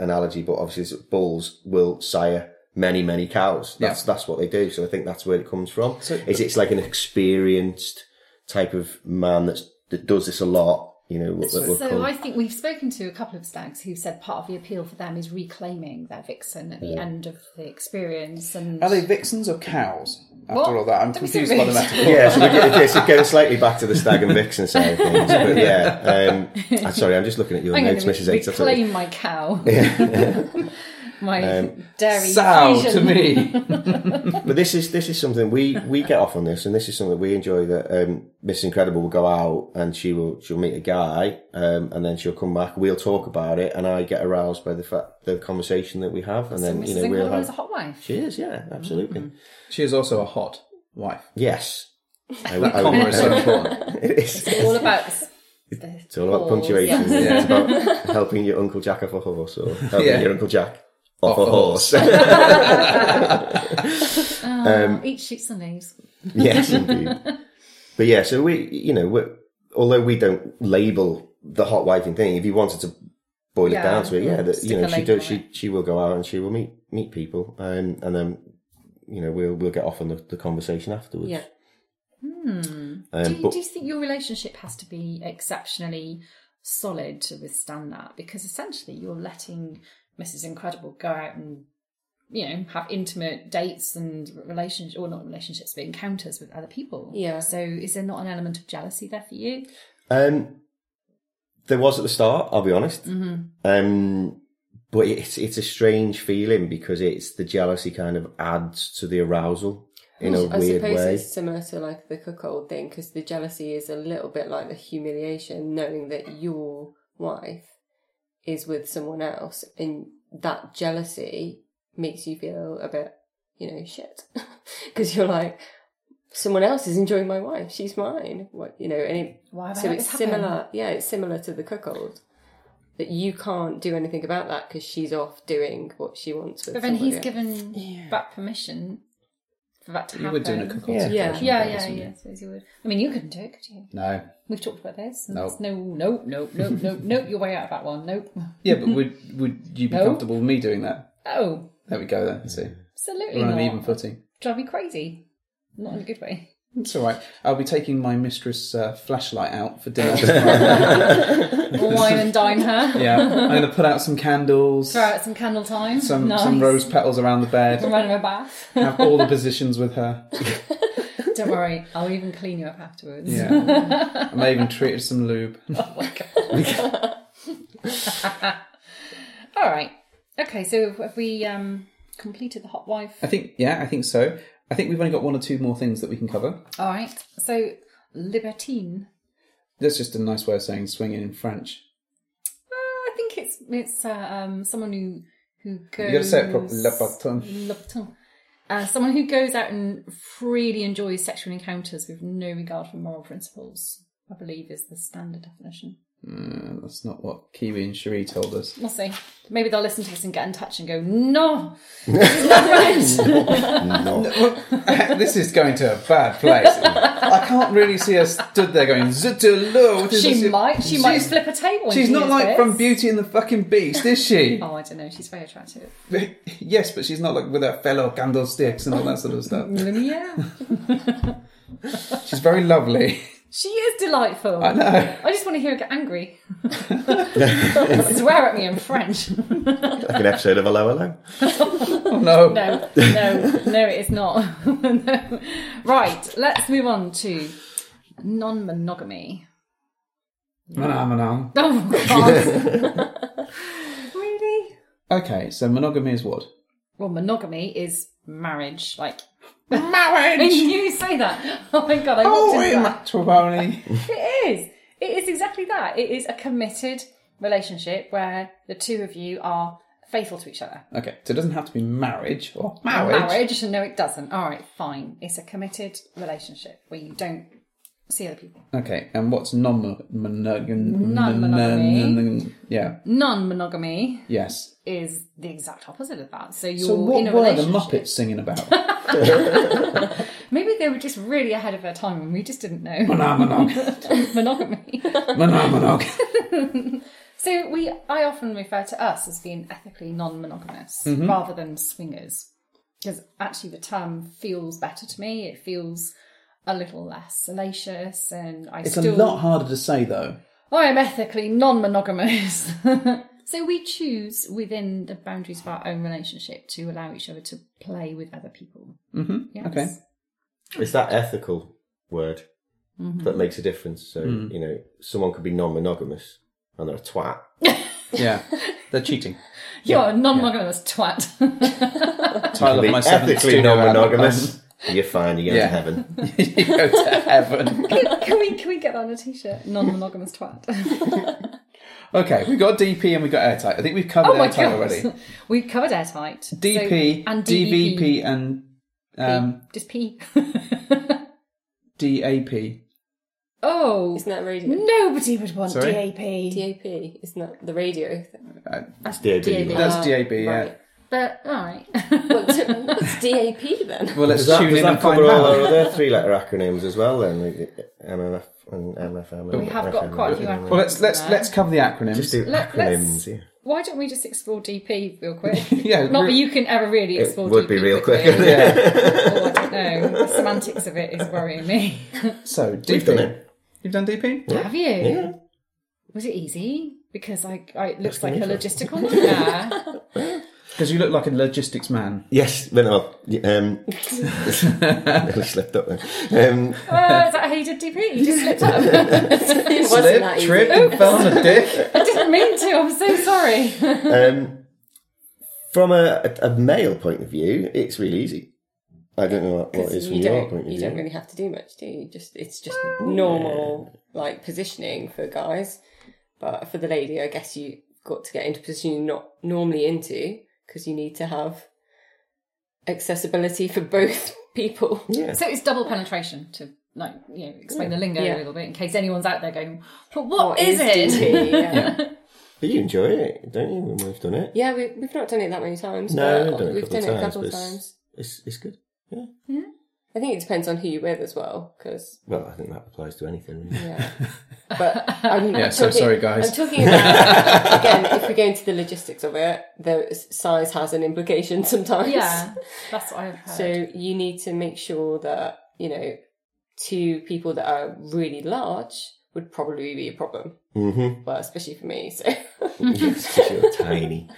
D: analogy, but obviously it's- bulls will sire many many cows. That's that's what they do. So I think that's where it comes from. is it's like an experienced type of man that's that does this a lot. You know, what, what we're
C: So
D: called-
C: I think we've spoken to a couple of stags who said part of the appeal for them is reclaiming their vixen at the end of the experience. And
A: Are they vixens or cows? After
C: What?
A: all that, I'm
C: Don't be so
A: confused by the
C: rude.
A: metaphor.
D: yeah, so we're getting,
C: [LAUGHS]
D: okay, so going slightly back to the stag and vixen side of things, but yeah, um, I'm sorry, I'm just looking at your
C: I'm going
D: notes,
C: to
D: Mrs.
C: re-
D: Eight. that's all.
C: reclaim my
D: [LAUGHS]
C: cow, [LAUGHS] my
D: Um,
C: dairy
A: Sow to
C: fusion.
A: me.
C: [LAUGHS]
D: But this is this is something we we get off on this, and this is something we enjoy. That um, Miss Incredible will go out and she will she'll meet a guy, um, and then she'll come back. We'll talk about it, and I get aroused by the fact the conversation that we have, and
C: So
D: then
C: Mrs.
D: you know we'll
C: Incredible is a Mm-hmm.
D: have.
C: hot wife.
D: She is, yeah, absolutely.
A: She is also a hot wife.
D: Yes, I,
C: [LAUGHS]
A: That
D: I-
A: comma is so Oh, [LAUGHS] important.
D: [LAUGHS] it is.
C: It's all about
D: [LAUGHS]
C: s- the
D: It's all about
C: pause,
D: punctuation.
C: yeah.
D: It's [LAUGHS] about helping your Uncle Jack off a horse or helping
A: Yeah.
D: your Uncle Jack off,
A: Off
D: a
A: a
D: horse. [LAUGHS] Um,
C: Each shoots the news.
D: yes, indeed. But yeah, so we, you know, we're, although we don't label the hot wifing thing, if you wanted to boil
C: Yeah,
D: it down to it, yeah, that,
C: stick
D: you
C: a
D: know, she
C: label
D: does,
C: on
D: she, she will go out and she will meet, meet people. Um, and then, you know, we'll, we'll get off on the, the conversation afterwards.
E: Yeah.
C: Do
D: Um,
C: you,
D: but-
C: Hmm. do you think your relationship has to be exceptionally solid to withstand that? Because essentially, you're letting Mrs. Incredible go out and you know have intimate dates and relationships, or not relationships, but encounters with other people.
E: Yeah.
C: So is there not an element of jealousy there for you?
D: Um, there was at the start. I'll be honest.
C: Mm-hmm.
D: Um, but it's it's a strange feeling because it's the jealousy kind of adds to the arousal in a
E: I
D: weird
E: suppose
D: way.
E: it's similar to like the cuckold thing because the jealousy is a little bit like the humiliation, knowing that your wife is with someone else, and that jealousy makes you feel a bit, you know, shit [LAUGHS] because you're like, someone else is enjoying my wife, she's mine, what you know, and it,
C: Why have Oh, I
E: so
C: let
E: it's
C: this happen?
E: similar, yeah, it's similar to the cuckold. That you can't do anything about that because she's off doing what she wants with.
C: But then
E: somebody
C: he's
E: else.
C: given that permission for that to
A: You
C: happen.
A: were doing a cuckold
D: Yeah.
A: situation.
C: Yeah,
A: though,
C: yeah,
A: wasn't you?
C: yeah. I suppose you would. I mean, you couldn't do it, could you?
A: No.
C: We've talked about this. and
A: No.
C: it's No, no, no, no, no,
A: [LAUGHS]
C: no. You're way out of that one. Nope.
A: Yeah, but would would you be
C: Mm-hmm. No.
A: comfortable with me doing that?
C: Oh,
A: There we go then. See,
C: absolutely
A: we're on
C: not.
A: an even footing. [LAUGHS]
C: Drive me crazy. Not in a good way.
A: It's all right. I'll be taking my mistress uh, flashlight out for
C: [LAUGHS]
A: dinner. tomorrow.
C: Or wine and dine her.
A: yeah, I'm going to put out some candles,
C: Throw out some candle time.
A: some
C: nice.
A: some rose petals around the bed,
C: Run her a bath. [LAUGHS]
A: have all the positions with her.
C: Don't worry, I'll even clean you up afterwards.
A: Yeah, I may even treat her to some lube.
C: All right. Okay, so have we um, completed the hot wife?
A: I think, yeah, I think so. I think we've only got one or two more things that we can cover.
C: All right. So libertine.
A: That's just a nice way of saying swinging in French.
C: Uh, I think it's it's uh, um, someone who who goes.
A: You got to say it properly. Le bâton.
C: Libertine. Uh, someone who goes out and freely enjoys sexual encounters with no regard for moral principles. I believe is the standard definition.
A: Uh, that's not what Kiwi and Cherie told us.
C: We'll see. Maybe they'll listen to this and get in touch and go, "No, this is
A: [LAUGHS]
C: not right."
A: this is going to a bad place. I can't really see her stood there going, Zutulu. what is
C: She
A: this?"
C: might. She might
A: She's-
C: flip a table.
A: She's
C: and
A: not
C: use
A: like
C: this.
A: from Beauty and the fucking Beast, is she?
C: [LAUGHS] Oh, I don't know. She's very attractive.
A: [LAUGHS] yes, but she's not like with her fellow candlesticks and all that sort of stuff.
C: Lumiere.
A: She's very lovely. [LAUGHS]
C: She is delightful.
A: I know.
C: I just want to hear her
A: [LAUGHS]
C: get angry. [LAUGHS] Swear at me in French.
D: Like an episode of Hello, Hello.
A: Oh, no.
C: No, no, no, it is not. [LAUGHS] No. Right, let's move on to non monogamy.
A: Manam, manam.
C: [LAUGHS] Oh, God.
A: [LAUGHS]
C: really?
A: Okay, so monogamy is
C: [LAUGHS]
A: what?
C: Well, monogamy is marriage. Like,
A: [LAUGHS]
C: when
A: Marriage!
C: you say that, oh my God, I
A: oh,
C: walked into
A: in
C: that.
A: matrimony.
C: It is. It is exactly that. It is a committed relationship where the two of you are faithful to each other.
A: okay, so it doesn't have to be marriage or marriage.
C: marriage. No, it doesn't. All right, fine. It's a committed relationship where you don't see other people.
A: Okay, and what's non monogamy?
C: Non-monogamy.
A: Yeah,
C: Non-monogamy
A: yes.
C: is the exact opposite of that. So you're
A: So what
C: in a
A: were the
C: relationship.
A: Muppets singing about?
D: [LAUGHS]
C: Maybe they were just really ahead of their time and we just didn't [LAUGHS] know
A: Monomonog. [LAUGHS]
C: monogamy.
A: Monomonog.
C: So we, I often refer to us as being ethically non-monogamous
A: Mm-hmm.
C: rather than swingers, because actually the term feels better to me. It feels a little less salacious, and
A: [LAUGHS]
C: I
A: It's a
C: still
A: lot harder to say though.
C: I am ethically non monogamous. [LAUGHS] so we choose within the boundaries of our own relationship to allow each other to play with other people. Mm-hmm. Yes.
A: Okay.
D: It's that ethical word
C: Mm-hmm.
D: that makes a difference. So,
A: Mm.
D: you know, someone could be non monogamous and they're a twat.
A: Yeah. They're
D: [LAUGHS]
A: cheating.
C: You're a non monogamous twat.
A: Title
D: Be
A: of my seventh
D: ethically
A: studio
D: non
A: album.
D: monogamous. [LAUGHS] You're fine, you go
A: Yeah.
D: to heaven.
A: [LAUGHS] you go to heaven.
C: can we can we get that on a t shirt? Non monogamous [LAUGHS] twat.
A: [LAUGHS] Okay, we got DP and we got airtight. I think we've covered
C: oh my
A: airtight
C: god.
A: already.
C: [LAUGHS] We've covered airtight. So-
A: DP
C: and DVP.
A: DVP and um,
C: Just P. [LAUGHS]
A: DAP.
C: oh.
E: Isn't that radio?
C: Nobody would want
A: Sorry?
C: DAP.
E: DAP, isn't that the radio thing?
D: It's DAB.
C: DAB.
D: right?
A: That's
E: Ah,
A: DAB. Yeah.
E: right.
C: But alright.
E: What's, [LAUGHS] what's DAP then? [LAUGHS]
A: Well, let's
D: Does that,
A: tune
D: does
A: in
D: that
A: and find
D: cover all our
A: out.
D: other three letter acronyms as well then? Like, MMF and MFM.
C: we have got quite a few
A: [LAUGHS]
C: acronyms.
A: Well, let's let's let's cover the acronyms.
D: Just do
C: Let-
D: acronyms, yeah.
C: Why don't we just explore DP real quick?
A: [LAUGHS] yeah,
C: Not that
A: re-
C: you can ever really
D: It
C: explore
D: would
C: DP
D: be real
C: quickly.
D: quick. wouldn't it?
C: Oh, I don't know. The semantics of it is worrying me.
A: so DP.
D: [LAUGHS] We've done it.
A: You've done DP.
C: Have you? Was it easy? Because I, I it looks like a logistical nightmare.
A: Because you look like a logistics man.
D: Yes, but no, um, [LAUGHS] nearly slipped up there. Um,
C: Oh, is that how you did DP? You just slipped up.
E: It wasn't
A: Slip,
E: that easy.
A: tripped, and fell on
E: [LAUGHS]
A: a dick.
C: I didn't mean to. I'm so sorry.
D: Um, from a, a, a male point of view, it's really easy. I don't know what, what it is
E: Because
D: from
E: you
D: your point of
E: don't,
D: view.
E: you don't really have to do much, do you? Just it's just normal like positioning for guys, but for the lady, I guess you got to get into position you're not normally into because you need to have accessibility for both [LAUGHS] people.
D: Yeah.
C: [LAUGHS] So it's double penetration to like you know explain the lingo
E: Yeah.
C: a little bit in case anyone's out there going, but
E: What
C: what is, [LAUGHS] it?
E: DP?
D: [LAUGHS]
E: Yeah,
D: But you enjoy it, don't you, when we've done it?
E: yeah we, we've not done it that many times.
D: No,
E: but
D: we've done it a
E: we've
D: couple
E: done
D: of times,
E: it a couple
D: but
E: of
D: it's-
E: times.
D: It's, it's good. Yeah.
E: I think it depends on who you're with as well, because
D: Well, I think that applies to anything. Really.
E: Yeah. [LAUGHS] But I'm
A: Yeah, so sorry, guys.
E: I'm talking
A: [LAUGHS]
E: about again. If we go into the logistics of it, the size has an implication [LAUGHS] sometimes.
C: Yeah, that's what I've heard.
E: So you need to make sure that you know to people that are really large would probably be a problem.
D: Mm-hmm.
E: Well, especially for me. So [LAUGHS]
D: Yes, 'cause you're tiny.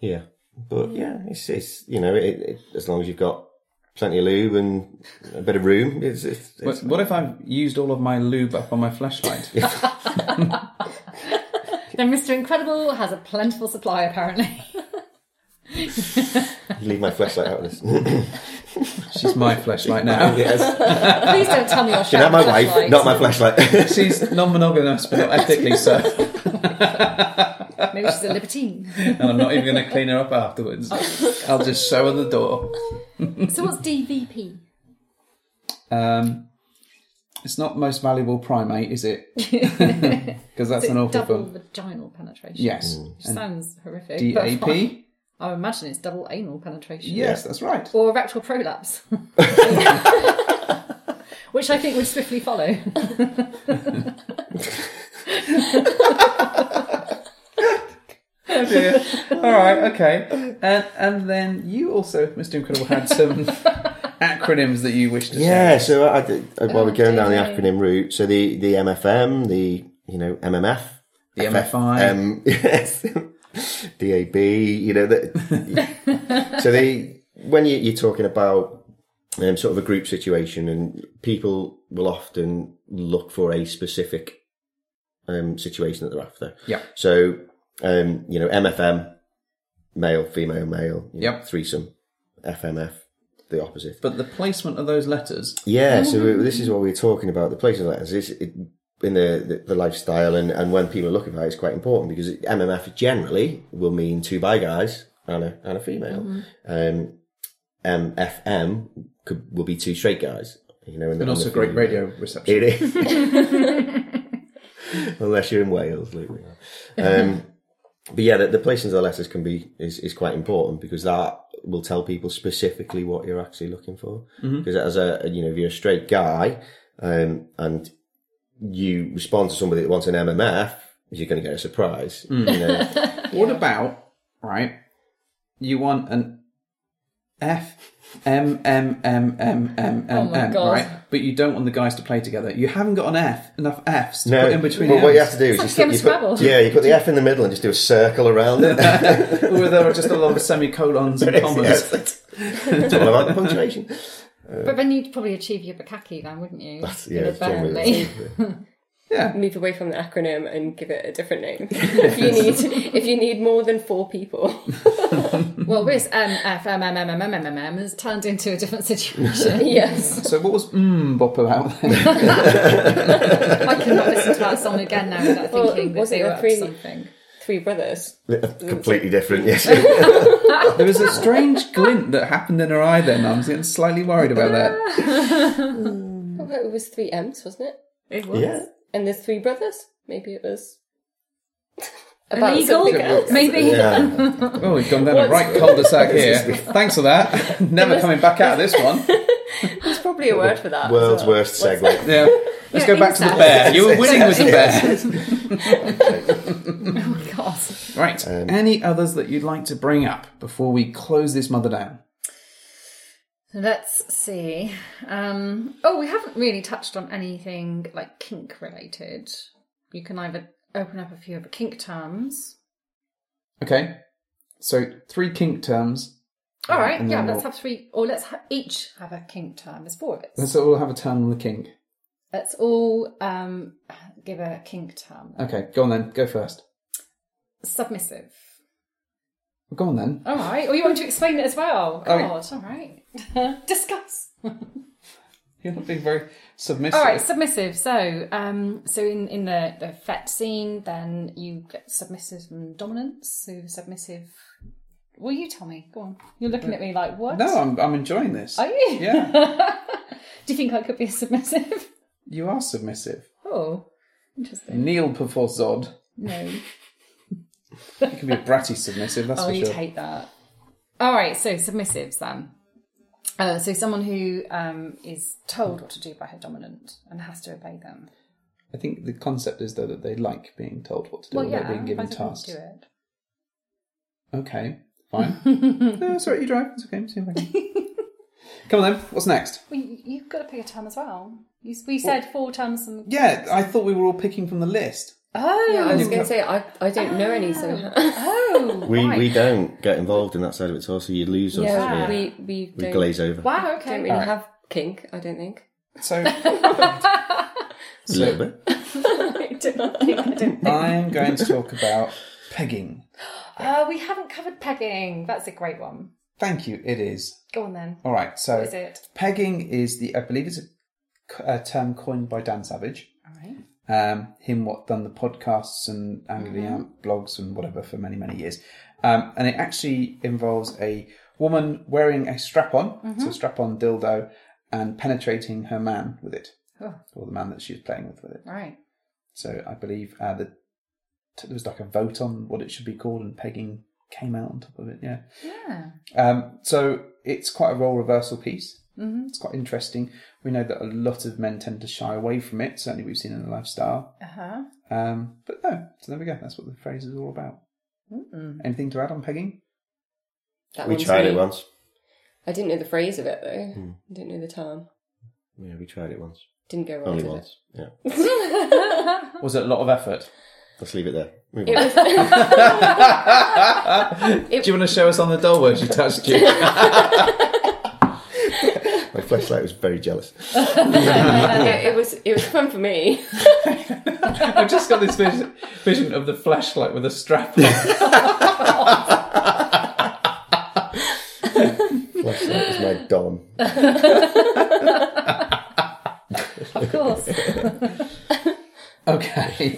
D: Yeah, but yeah, it's it's you know, it, it, as long as you've got plenty of lube and a bit of room, it's it's,
A: What,
D: it's
A: what if I've used all of my lube up on my flashlight?
C: Then Mr. Incredible has a plentiful supply, [LAUGHS] apparently.
D: leave my flashlight out of this.
A: She's my flashlight now.
D: yes,
C: Please don't tell me you're
D: you
C: sharing
D: know, my wife,
C: flashlights.
D: not my flashlight.
A: She's non-monogamous, but not ethically so.
C: Maybe she's a libertine.
A: And I'm not even going to clean her up afterwards. I'll just show her the door.
C: So what's DVP?
A: Um, it's not most valuable primate, is
E: [LAUGHS]
A: it? Because that's an awful
C: double
A: film.
C: vaginal penetration.
A: Yes.
E: Mm.
C: Which sounds horrific. but [LAUGHS] fine.
A: DAP.
C: I imagine it's double anal penetration.
A: Yes, that's right.
C: Or rectal
D: [LAUGHS]
C: prolapse. [LAUGHS] Which I think would swiftly follow.
A: dear. All right, okay. And and then you also, Mr. Incredible, had
E: [LAUGHS]
A: some acronyms that you wish to
D: yeah,
A: share.
D: so I, I, while we're going down the
C: dear.
D: acronym route, so the the MFM, the you know MMF,
A: The MFI.
D: um, [LAUGHS] yes, DAB. You know that. so they when you, you're talking about um, sort of a group situation, and people will often look for a specific um, situation that they're after.
A: Yeah.
D: So um, you know MFM, male, female, male. you know,
A: Yep.
D: Threesome, FMF, the opposite.
A: But the placement of those letters.
D: Yeah, so we- this is what we we're talking about. The place of that is it, in the, the the lifestyle, and, and when people are looking for it, it's quite important because MMF generally will mean two by guys and a and a female.
A: Mm-hmm.
D: Um, MFM could will be two straight guys, you know, and,
A: And
D: the-
A: also
D: the
A: great
D: female.
A: radio reception.
D: It is.
A: [LAUGHS]
D: Unless you're in Wales, Luke. Um, but yeah, the, the placing of the letters can be is, is quite important because that will tell people specifically what you're actually looking for.
A: Mm-hmm.
D: Because as a you know, if you're a straight guy um, and you respond to somebody that wants an MMF, you're going to get a surprise.
A: Mm.
D: You
A: [LAUGHS]
D: know?
A: What about right? You want an F M M M M M
C: Oh
A: M
C: my
A: M
C: God.
A: right? But you don't want the guys to play together. You haven't got an F enough Fs to
D: no,
A: put in between.
D: But
A: the
D: what you
A: Ms.
D: have to do is
C: It's
D: you,
C: like a
D: stick-
C: game
D: you
C: of
D: put,
C: Scrabble.
D: yeah, you put the F in the middle and just do a circle around
A: [LAUGHS]
D: it.
A: Or there are just a
D: [LAUGHS]
A: lot of semicolons and commas.
D: Yes, that's- it's all about the punctuation.
C: But then you'd probably achieve your bukkake then, wouldn't you?
D: That's, yeah, it's generally-
C: Apparently.
A: Yeah.
E: move away from the acronym and give it a
A: [LAUGHS]
E: different name. if you need if you need more than four people. [LAUGHS]
C: Well, this um, uh, MFMMMMMMM has turned into a different situation.
E: yes.
A: So what was mm bop about then?
C: I cannot listen to that song again now without
E: Well,
C: thinking that
E: was it
C: they
E: a
C: were up to
E: three-
C: something.
E: Three brothers.
D: Completely
C: [LAUGHS]
D: different, yes.
A: There was a strange glint that happened in her eye then. I was getting slightly worried about
C: [LAUGHS]
A: that.
E: Oh, it was three M's, wasn't it?
C: It was.
D: yeah.
E: And there's three brothers? Maybe it was
C: Illegal,
E: something else.
C: maybe.
E: [LAUGHS]
D: Yeah.
A: Oh, we've gone down a right
D: [LAUGHS]
A: cul-de-sac here. Thanks for that. [LAUGHS] Never coming back out of this one.
E: There's probably a word for that. as
D: World's
E: well.
D: worst segue.
A: Yeah. Let's go
C: Yeah,
A: back to the
C: incest.
A: bear. You were winning with the bear.
C: [LAUGHS] Oh my god.
A: Right.
D: Um,
A: Any others that you'd like to bring up before we close this mother down?
C: Let's see. Um, oh, we haven't really touched on anything like kink related. You can either open up a few of the kink terms.
A: Okay. So three kink terms.
C: All right,
A: And
C: yeah,
A: then
C: let's
A: we'll- Mm.
C: have three, or let's ha- each have a kink term. There's four of us.
A: Let's all have a turn on the kink.
C: Let's all um, give a kink term.
A: Okay, go on then. Go first.
C: Submissive.
A: Go on then.
C: All right. Or you want to explain it as well?
A: Oh,
C: God, all
A: [LAUGHS]
C: right. Discuss.
A: You're not being very submissive.
C: All right, submissive. So, um, so in in the the fet scene, then you get submissive and dominance. So submissive. Will you tell me? Go on. You're looking at me like what?
A: No, I'm, I'm enjoying this.
C: Are you?
A: Yeah.
C: [LAUGHS] Do you think I could be submissive? [LAUGHS]
A: You are submissive.
C: Oh, interesting.
A: Kneel before Zod.
C: No.
A: You can be a bratty submissive, that's
C: Oh,
A: for
C: you
A: sure.
C: take that. All right. So submissives then. Uh, so someone who um, is told what to do by her dominant and has to obey them.
A: I think the concept is though that they like being told what to do,
C: well,
A: or
C: yeah.
A: they're being given
C: I don't want
A: tasks.
C: to do it. [LAUGHS]
A: Uh, Okay, fine. no, sorry, you drive. It's okay. See you later. Come on then, what's next?
C: Well, you- you've got to pick a term as well. You, we said four terms. From...
A: Yeah, I thought we were all picking from the list.
C: Oh,
E: Yeah, I was going to say I, I don't know any, so [LAUGHS]
C: oh,
D: We
C: right.
D: we don't get involved in that side of it at all, so you lose us.
E: yeah,
D: Yeah, we,
E: we we don't,
D: glaze over.
C: Wow.
E: don't
C: Okay.
E: really have kink. I don't think.
C: [LAUGHS]
A: So
D: A little bit.
E: I don't. [LAUGHS]
A: I'm going to talk about pegging.
C: Uh, we haven't covered pegging. That's a great one.
A: Thank you. It is
C: Go on then.
A: all right. So
C: What is it?
A: pegging is the I believe it's a, a term coined by Dan Savage.
C: All right.
A: um, him what done the podcasts and Angry Ant blogs and whatever for many many years, um, and it actually involves a woman wearing a strap on, so strap on dildo, and penetrating her man with it,
C: Oh.
A: or the man that she was playing with with it.
C: Right.
A: So I believe uh, the t- there was like a vote on what it should be called, and pegging came out on top of it. Yeah.
C: Yeah.
A: Um, so it's quite a role reversal piece. Mm-hmm. It's quite interesting. We know that a lot of men tend to shy away from it. Certainly, we've seen in the lifestyle.
C: Uh huh.
A: Um, but no, so there we go. That's what the phrase is all about. [LAUGHS] Anything to add on pegging?
E: That
D: We
E: one's
D: tried it
E: me.
D: once. Hmm.
E: I didn't know the phrase of it though. I didn't know the term.
D: Yeah, we tried it once.
E: Didn't go right.
D: Only
E: did it?
D: once. Yeah.
A: Uh-huh. Was it a lot of effort?
D: Let's leave it there. Move
E: It
D: on.
E: was, [LAUGHS] it
A: Do you want to show us on the doll where she touched you? [LAUGHS]
D: My flashlight was very
E: [LAUGHS]
D: jealous.
E: it was it was fun for me.
A: I've just got this vision, vision of the flashlight with a strap on.
D: Flashlight was my dom.
C: Of course.
A: [LAUGHS] Okay,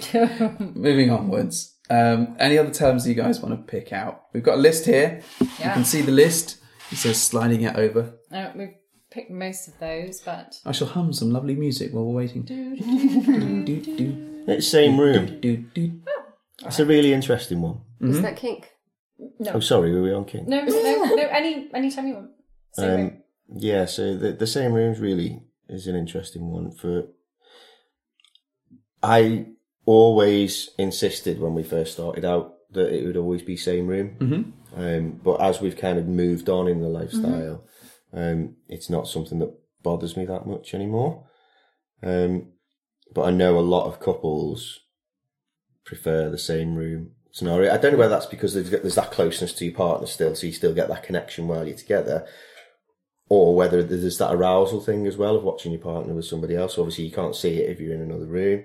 A: [LAUGHS] moving onwards. Um, any other terms you guys want to pick out? We've got a list here. You
C: yeah.
A: can see the list. It says sliding it over.
C: Uh, we've picked most of those, [LAUGHS] but
A: I shall hum some lovely music while we're waiting. Do, do,
D: It's same room.
A: do, do.
D: That's a really interesting one.
E: Is that kink?
D: Oh, sorry, were we on King?
C: no, no, no. Any, any time you want. Same room.
D: Um, yeah, so the the same rooms really is an interesting one for. I always insisted when we first started out that it would always be same room, mm-hmm. um, but as we've kind of moved on in the
C: Mm-hmm.
D: lifestyle, um, it's not something that bothers me that much anymore. Um, but I know a lot of couples prefer the same room scenario. I don't know whether that's because there's there's that closeness to your partner still, so you still get that connection while you're together or whether there's that arousal thing as well of watching your partner with somebody else. Obviously, you can't see it if you're in another room.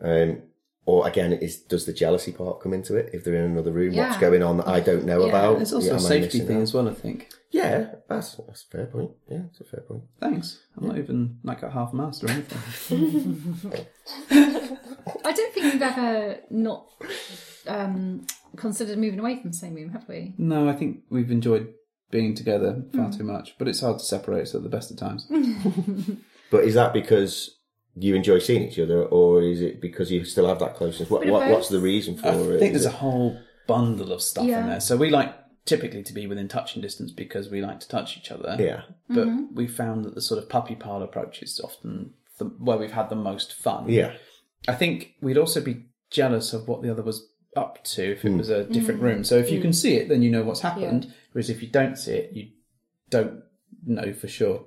D: Um, or again, is does the jealousy part come into it if they're in another room? What's
C: Yeah.
D: going on that I don't know
C: Yeah.
D: about?
A: There's also
D: Yeah,
A: a
D: am I
A: safety
D: missing
A: thing
D: out?
A: as well, I think.
D: Yeah, that's that's a fair point. Yeah, it's a fair point.
A: Thanks. I'm not even like a half master or anything.
C: I don't think we've ever not um, considered moving away from the same room, have we?
A: No, I think we've enjoyed being together far too much, but it's hard to separate us at the best of times.
D: But is that because you enjoy seeing each other, or is it because you still have that closeness? What,
C: Bit of
D: what what's
C: both.
D: the reason for
A: I
D: it?
A: think
D: Is
A: there's a
D: it-
A: whole bundle of stuff in
C: Yeah.
A: there. So we like typically to be within touching distance because we like to touch each other.
D: yeah,
A: But we found that the sort of puppy pile approach is often the, where we've had the most fun.
D: yeah,
A: I think we'd also be jealous of what the other was up to if it was a different room. So if you can see it, then you know what's happened. Whereas if you don't see it, you don't know for sure.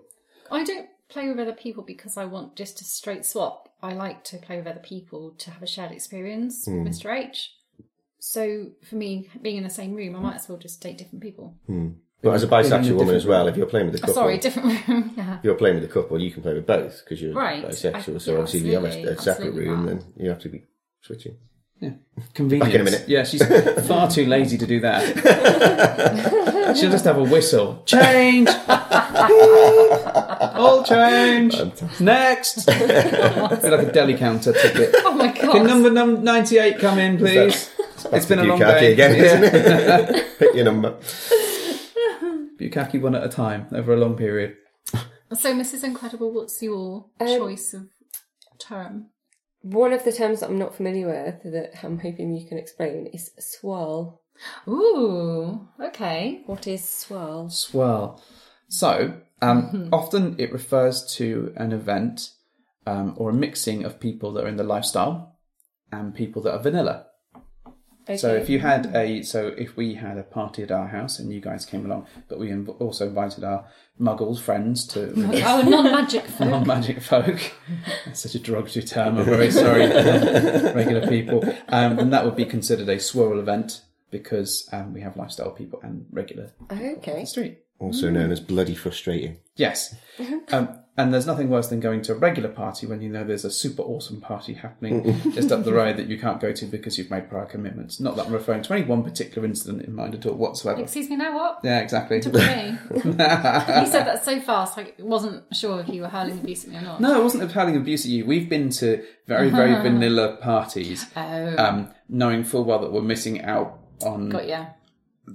C: I don't play with other people because I want just a straight swap. I like to play with other people to have a shared experience
A: Hmm.
C: with Mr. H. So for me, being in the same room, I might as well just date different people.
D: But as a
A: in a
D: bisexual woman
A: different
D: as well, if you're playing with a couple,
C: Oh, Sorry, different room. [LAUGHS] yeah.
D: if you're playing with a couple, you can play with both because you're
C: Right.
D: bisexual.
C: I-
D: so
C: yeah,
D: obviously, if you have
C: absolutely,
D: a, a separate
C: absolutely
D: room,
C: that.
D: then you have to be switching.
A: Convenient.
D: Back in a minute.
A: Yeah,
D: [LAUGHS]
A: she's far too lazy to do that. [LAUGHS] She'll just have a whistle. Change. [LAUGHS] All change.
D: [LAUGHS]
A: Next. It'd be like a deli counter ticket.
C: Oh my
A: Can
C: god.
A: number num- ninety-eight come in, please? it's been a long
D: Bukkake
A: day.
D: again,
A: Yeah.
D: isn't it? Pick your [LAUGHS] number.
A: [LAUGHS] Bukkake one at a time over a long period.
C: so, Mrs. Incredible, what's your choice of term?
E: One of the terms that I'm not familiar with that I'm hoping you can explain is swirl.
C: Ooh, okay.
E: What is swirl?
A: Swirl. So, um, often it refers to an event um, or a mixing of people that are in the lifestyle and people that are vanilla. So
C: Okay.
A: if you had a so if we had a party at our house and you guys came along, but we inv- also invited our muggles friends to
C: Oh, non-magic [LAUGHS] folk.
A: non-magic folk. That's such a derogatory term. I'm very sorry, regular people. Um, and that would be considered a swirl event because um, we have lifestyle people and regular on
E: Okay.
A: the street.
D: Also known as bloody frustrating.
A: Yes. Um, and there's nothing worse than going to a regular party when you know there's a super awesome party happening just up the road that you can't go to because you've made prior commitments. Not that I'm referring to any one particular incident in mind at all whatsoever.
C: Excuse me, now
D: [LAUGHS]
C: what?
A: Yeah, exactly.
C: Took me. he said that so fast, like wasn't sure if you were hurling abuse at me or not.
A: No, I wasn't hurling abuse at you. We've been to very, very
C: [LAUGHS]
A: vanilla parties,
C: Oh,
A: um, knowing full well that we're missing out on
C: got Mm. ya.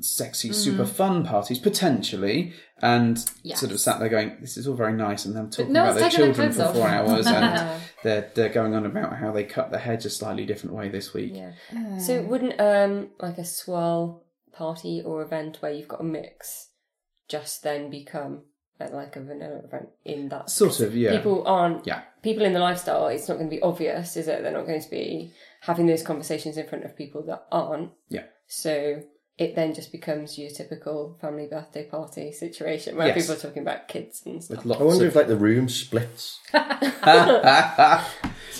A: sexy, super fun parties potentially, and
C: Yes.
A: sort of sat there going, "This is all very nice," and them talking
C: no
A: about
C: one's
A: their
C: taking their
A: children for
C: clothes
A: four
C: off.
A: hours,
C: [LAUGHS]
A: and they're they're going on about how they cut their hair just slightly different way this week.
E: Yeah. So wouldn't um like a swirl party or event where you've got a mix just then become uh, like a vanilla event in that
A: Sort of, yeah.
E: people aren't
A: Yeah.
E: people in the lifestyle it's not going to be obvious is it they're not going to be having those conversations in front of people that aren't
A: Yeah.
E: so it then just becomes your typical family birthday party situation where
A: Yes.
E: people are talking about kids and stuff
A: With lots
D: I wonder
A: of
D: if like the room splits.
C: [LAUGHS]
D: so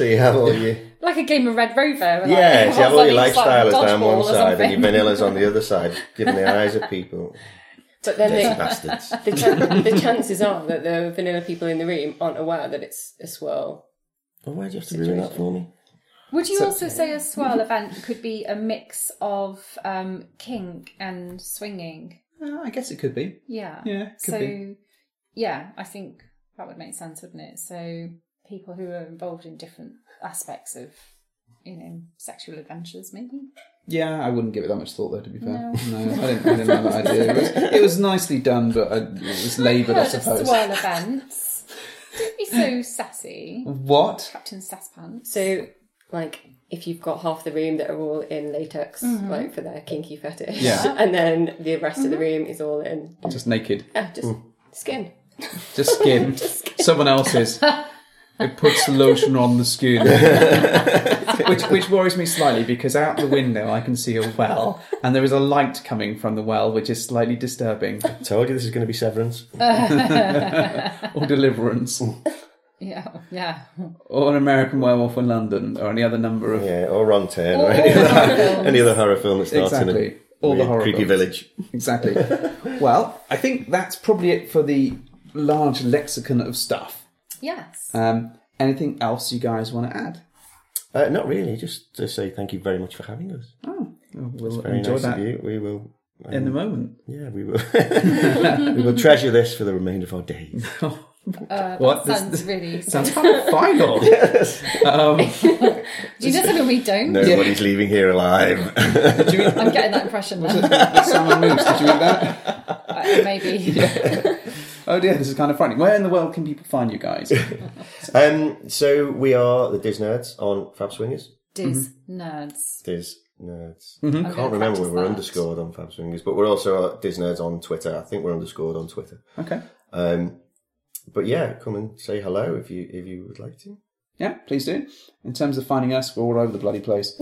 D: you have [LAUGHS] all your
C: Like a game of Red Rover. Like,
D: yeah, so you have all your
C: everyone's like,
D: lifestylers
C: dodgeball
D: down one
C: or
D: side and
C: something.
D: your vanillas
C: [LAUGHS]
D: on the other side, giving their eyes at people.
E: but then
D: Dirty
E: they,
D: bastards.
E: the, chan- the chances are that the vanilla people in the room aren't aware that it's a swirl
D: [LAUGHS] Well, why do you have to ruin that for me?
C: [LAUGHS] Would you also say a swirl event could be a mix of um, kink and swinging?
A: Uh, I guess it could be.
C: Yeah.
A: Yeah, could
C: so,
A: be.
C: yeah, I think that would make sense, wouldn't it? So, people who are involved in different aspects of, you know, sexual adventures, maybe.
A: Yeah, I wouldn't give it that much thought though. To be fair, no, I didn't. I didn't have that idea. It was, it was nicely done, but I, it was laboured,
C: [LAUGHS]
A: I
C: Heard of
A: suppose.
C: swirl events.
A: [LAUGHS]
C: Don't be so sassy,
A: What?
C: Captain Sasspants.
E: So, like, if you've got half the room that are all in latex,
C: Mm-hmm.
E: like for their kinky fetish,
A: Yeah.
E: [LAUGHS] and then the rest of the room is all in
A: Just naked.
E: uh, just skin.
A: Just
D: [LAUGHS]
A: skin. Someone else's. It puts lotion on the
D: [LAUGHS]
A: skin. which, which worries me slightly because out the window I can see a well and there is a light coming from the well which is slightly disturbing.
D: Told you this is going to be severance.
A: Or Deliverance.
C: yeah, yeah.
A: Or an American Werewolf in London or any other number of.
D: Yeah, or wrong turn,
C: Or-
D: or any
C: or horror
D: other,
C: films.
D: any other horror film that starts in
A: Exactly.
D: a
A: All the
D: weird
A: horror
D: creepy
A: films.
D: village.
A: Exactly. well, I think that's probably it for the large lexicon of stuff.
C: Yes.
A: Um, anything else you guys want to add?
D: Uh, not really, just to say thank you very much for having us.
A: We'll
D: Very
A: enjoy
D: nice
A: that
D: of you. We will. um,
A: in a moment.
D: yeah, we will. we will [LAUGHS] treasure this for the remainder of our days.
C: Uh,
A: what?
C: That
A: This-
C: sounds really.
A: Sounds final.
C: Do you know something we don't?
D: Nobody's leaving here alive. [LAUGHS]
C: I'm getting that impression. Then.
A: [LAUGHS] The salmon moves. Did you read that?
C: Uh, maybe.
A: Oh dear, this is kind of frightening. Where in the world can people find you guys?
D: um, so we are the Diz Nerds on Fab Swingers.
C: Diz
A: Mm-hmm.
C: nerds.
D: Diz Nerds.
C: I
D: Can't remember where we're underscored on Fab Swingers, but we're also at Diz Nerds on Twitter. I think we're underscored on Twitter.
A: Okay.
D: Um, but yeah, come and say hello if you if you would like to.
A: Yeah, please do. In terms of finding us, we're all over the bloody
C: [LAUGHS]
A: place.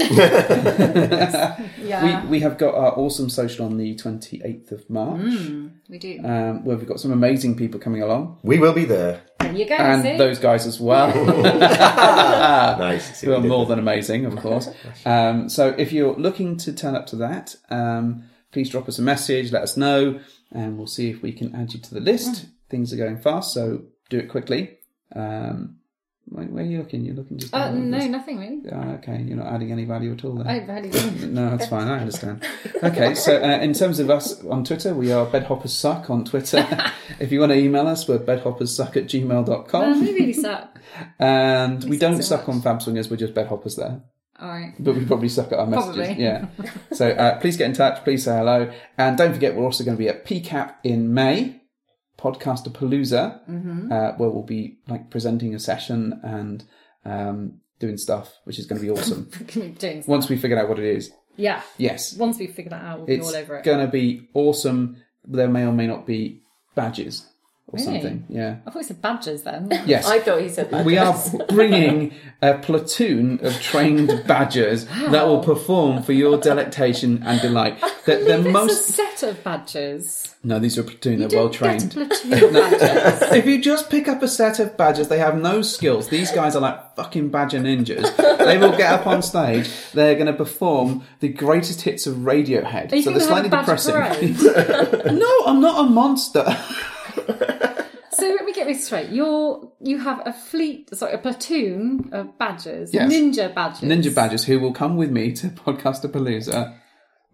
C: Yeah,
A: We,
C: we,
A: we have got our awesome social on the 28th of March,
C: Hmm. do.
A: um, where we've got some amazing people coming along,
D: We will be there.
C: there you go.
A: and
C: see?
A: those guys as well,
D: Nice.
A: who are more than amazing, [LAUGHS] of course. Um, so if you're looking to turn up to that, um, please drop us a message, let us know, and we'll see if we can add you to the list. Things are going fast, so do it quickly. Um, where, where are you looking? You're looking just.
C: Uh, no, nothing really.
A: Ah, okay, you're not adding any value at all then.
C: I
A: [LAUGHS]
C: barely do.
A: No, that's fine. I
C: [LAUGHS]
A: understand. Okay, so uh, in terms of us on Twitter, we are bedhopperssuck on
C: [LAUGHS]
A: Twitter. if you want to email us, we're bedhopperssuck at
C: Uh,
A: gmail.com.
C: they really suck.
A: And we don't
C: so
A: suck
C: much.
A: on Fab Swingers, we're just bedhoppers there.
C: All right. [LAUGHS]
A: But we probably suck at our messages.
C: Probably.
A: Yeah. So uh, please get in touch, please say hello. And don't forget, we're also going to be at PCAP in May, Podcaster Palooza,
C: Mm-hmm.
A: uh, where we'll be like presenting a session and um, doing stuff, which is going to be
C: [LAUGHS]
A: awesome.
C: James.
A: Once we figure out what it is.
C: Yeah.
A: Yes.
C: Once we figure that out, we'll
A: It's
C: be all over it.
A: going to be awesome. There may or may not be badges. or
C: Really?
A: something. Yeah.
C: I thought it said badgers then.
A: Yes.
E: I thought he said that.
A: we are [LAUGHS] bringing a platoon of
C: [LAUGHS]
A: trained badgers that will perform for your delectation and delight. They're, they're
C: [LAUGHS] It's a
A: most
C: set of badgers.
A: no, these are a platoon. They're
C: Don't
A: [LAUGHS] well
C: Get
A: trained. [LAUGHS]
C: a platoon of badgers.
A: If you just pick up a set of badgers, they have no skills. These guys are like fucking badger ninjas. They will get up on stage. They're going to perform the greatest hits of Radiohead.
C: Are you
A: so
C: going
A: they're
C: to have a
A: slightly
C: badger
A: depressing.
C: parade?
A: [LAUGHS] no, I'm not a monster.
C: so let me get this straight. You're you have a fleet, sorry, a platoon of badgers,
A: Yes.
C: ninja badgers,
A: Ninja badgers who will come with me to Podcaster Palooza.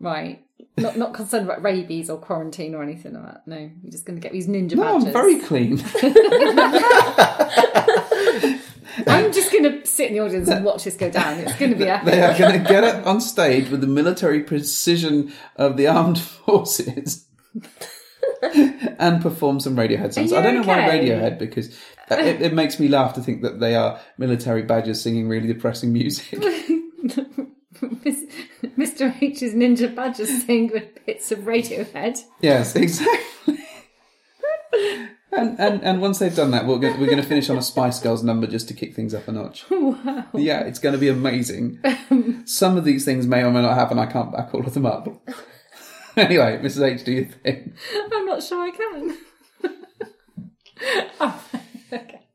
C: right? Not not concerned about rabies or quarantine or anything like that. No, you're just going to get these ninja
A: No,
C: badgers.
A: I'm very clean.
C: [LAUGHS] I'm just going to sit in the audience and watch this go down. It's going to be epic.
A: [LAUGHS]
C: [LAUGHS]
A: They are going to get up on stage with the military precision of the armed [LAUGHS]
C: [LAUGHS]
A: forces and perform some Radiohead songs.
C: Are
A: I
C: you
A: don't know why
C: okay?
A: Radiohead, because it, it makes me laugh to think that they are military badgers singing really depressing music.
C: [LAUGHS] Mis- Mr. H's ninja badgers sing with bits of Radiohead.
A: yes, exactly. And, and and once they've done that, we're going, we're going to finish on a Spice Girls number just to kick things up a notch.
C: [LAUGHS] Wow.
A: Yeah, it's going to be
C: [LAUGHS]
A: amazing. Some of these things may or may not happen. I can't back all of them up. [LAUGHS] anyway, Mrs H, do you think?
C: I'm not sure I can. [LAUGHS] Oh, okay.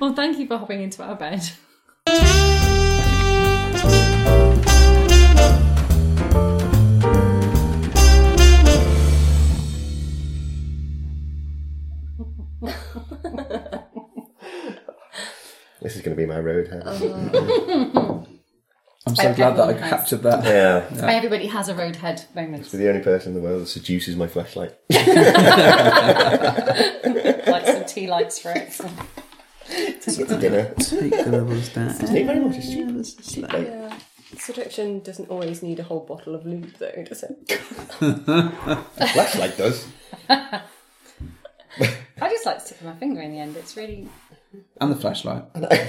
C: Well, thank you for hopping into our bed.
D: This is going to be my road hair.
A: I'm so glad that I
C: everyone has.
A: captured that.
D: [LAUGHS] yeah.
C: Everybody has a roadhead moment,
D: You're the only person in the world that seduces my flashlight. [LAUGHS]
C: like
E: [LAUGHS]
C: some tea lights for it.
D: It's at dinner.
A: Take the levels down.
D: It very much is stupid.
E: Yeah. Seduction doesn't always need a whole bottle of lube, though, does it? [LAUGHS]
D: Flashlight does.
C: I just like sticking my finger in the end. It's really
A: And the flashlight.
D: I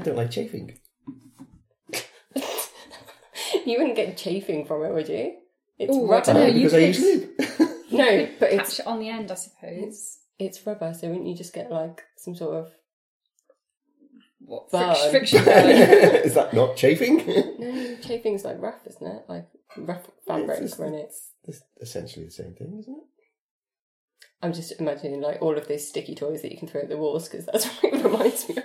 D: don't like chafing.
E: You wouldn't get chafing from it, would you? It's
C: Ooh, I
E: rubber.
C: don't
E: [LAUGHS]
C: know,
E: No,
C: you
D: because I
C: could-
D: use lube.
E: but
C: catch
E: it's
C: it on the end, I suppose.
E: it's rubber, so wouldn't you just get like some sort of [GASPS]
C: What
E: Burn.
C: fric- friction?
E: [LAUGHS]
C: burn.
D: [LAUGHS] is that not chafing? [LAUGHS]
E: no, chafing's like rough, isn't it? Like rough fabric when it's.
D: it's essentially the same thing, isn't it?
E: I'm just imagining like all of those sticky toys that you can throw at the walls because that's [LAUGHS] what it reminds me of.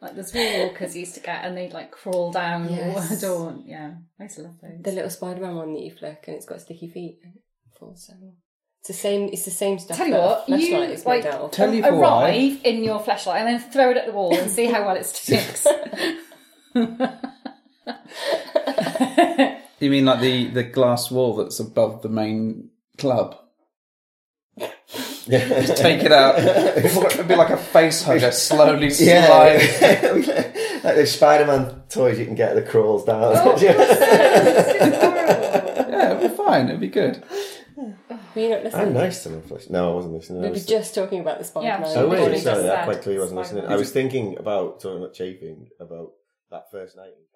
C: like the zoo walkers used to get, and they'd like crawl down
E: Yes.
C: or adorn. Yeah, I used to love those.
E: the little Spider-Man one that you flick and it's got sticky feet. and it falls down. It's the same. It's the same stuff.
C: Tell you
E: that a
C: what,
E: flashlight
C: you,
E: is
C: like-
E: made out of.
A: Tell you for
C: arrive
A: why.
C: in your flashlight and then throw it at the wall and see how well it sticks.
E: [LAUGHS]
C: [LAUGHS]
A: You mean like the, the glass wall that's above the main club? Just take it [LAUGHS] out. It'd be like a face [LAUGHS] hugger, slowly slide.
D: like those Spider-Man toys you can get that crawls down.
A: Yeah, it'd be fine. It'd be good.
E: Were you not
D: [LAUGHS]
E: listening?
D: I'm nice to my flesh. No, I wasn't listening. I
E: We were
D: was,
E: just talking about the Spider-Man.
C: Yeah,
D: I
C: Oh,
D: was
C: wait,
E: recording.
D: sorry,
C: just
D: that
C: said
D: quite clearly wasn't listening.
C: Spider-Man.
D: I was thinking about talking about chafing about that first night. in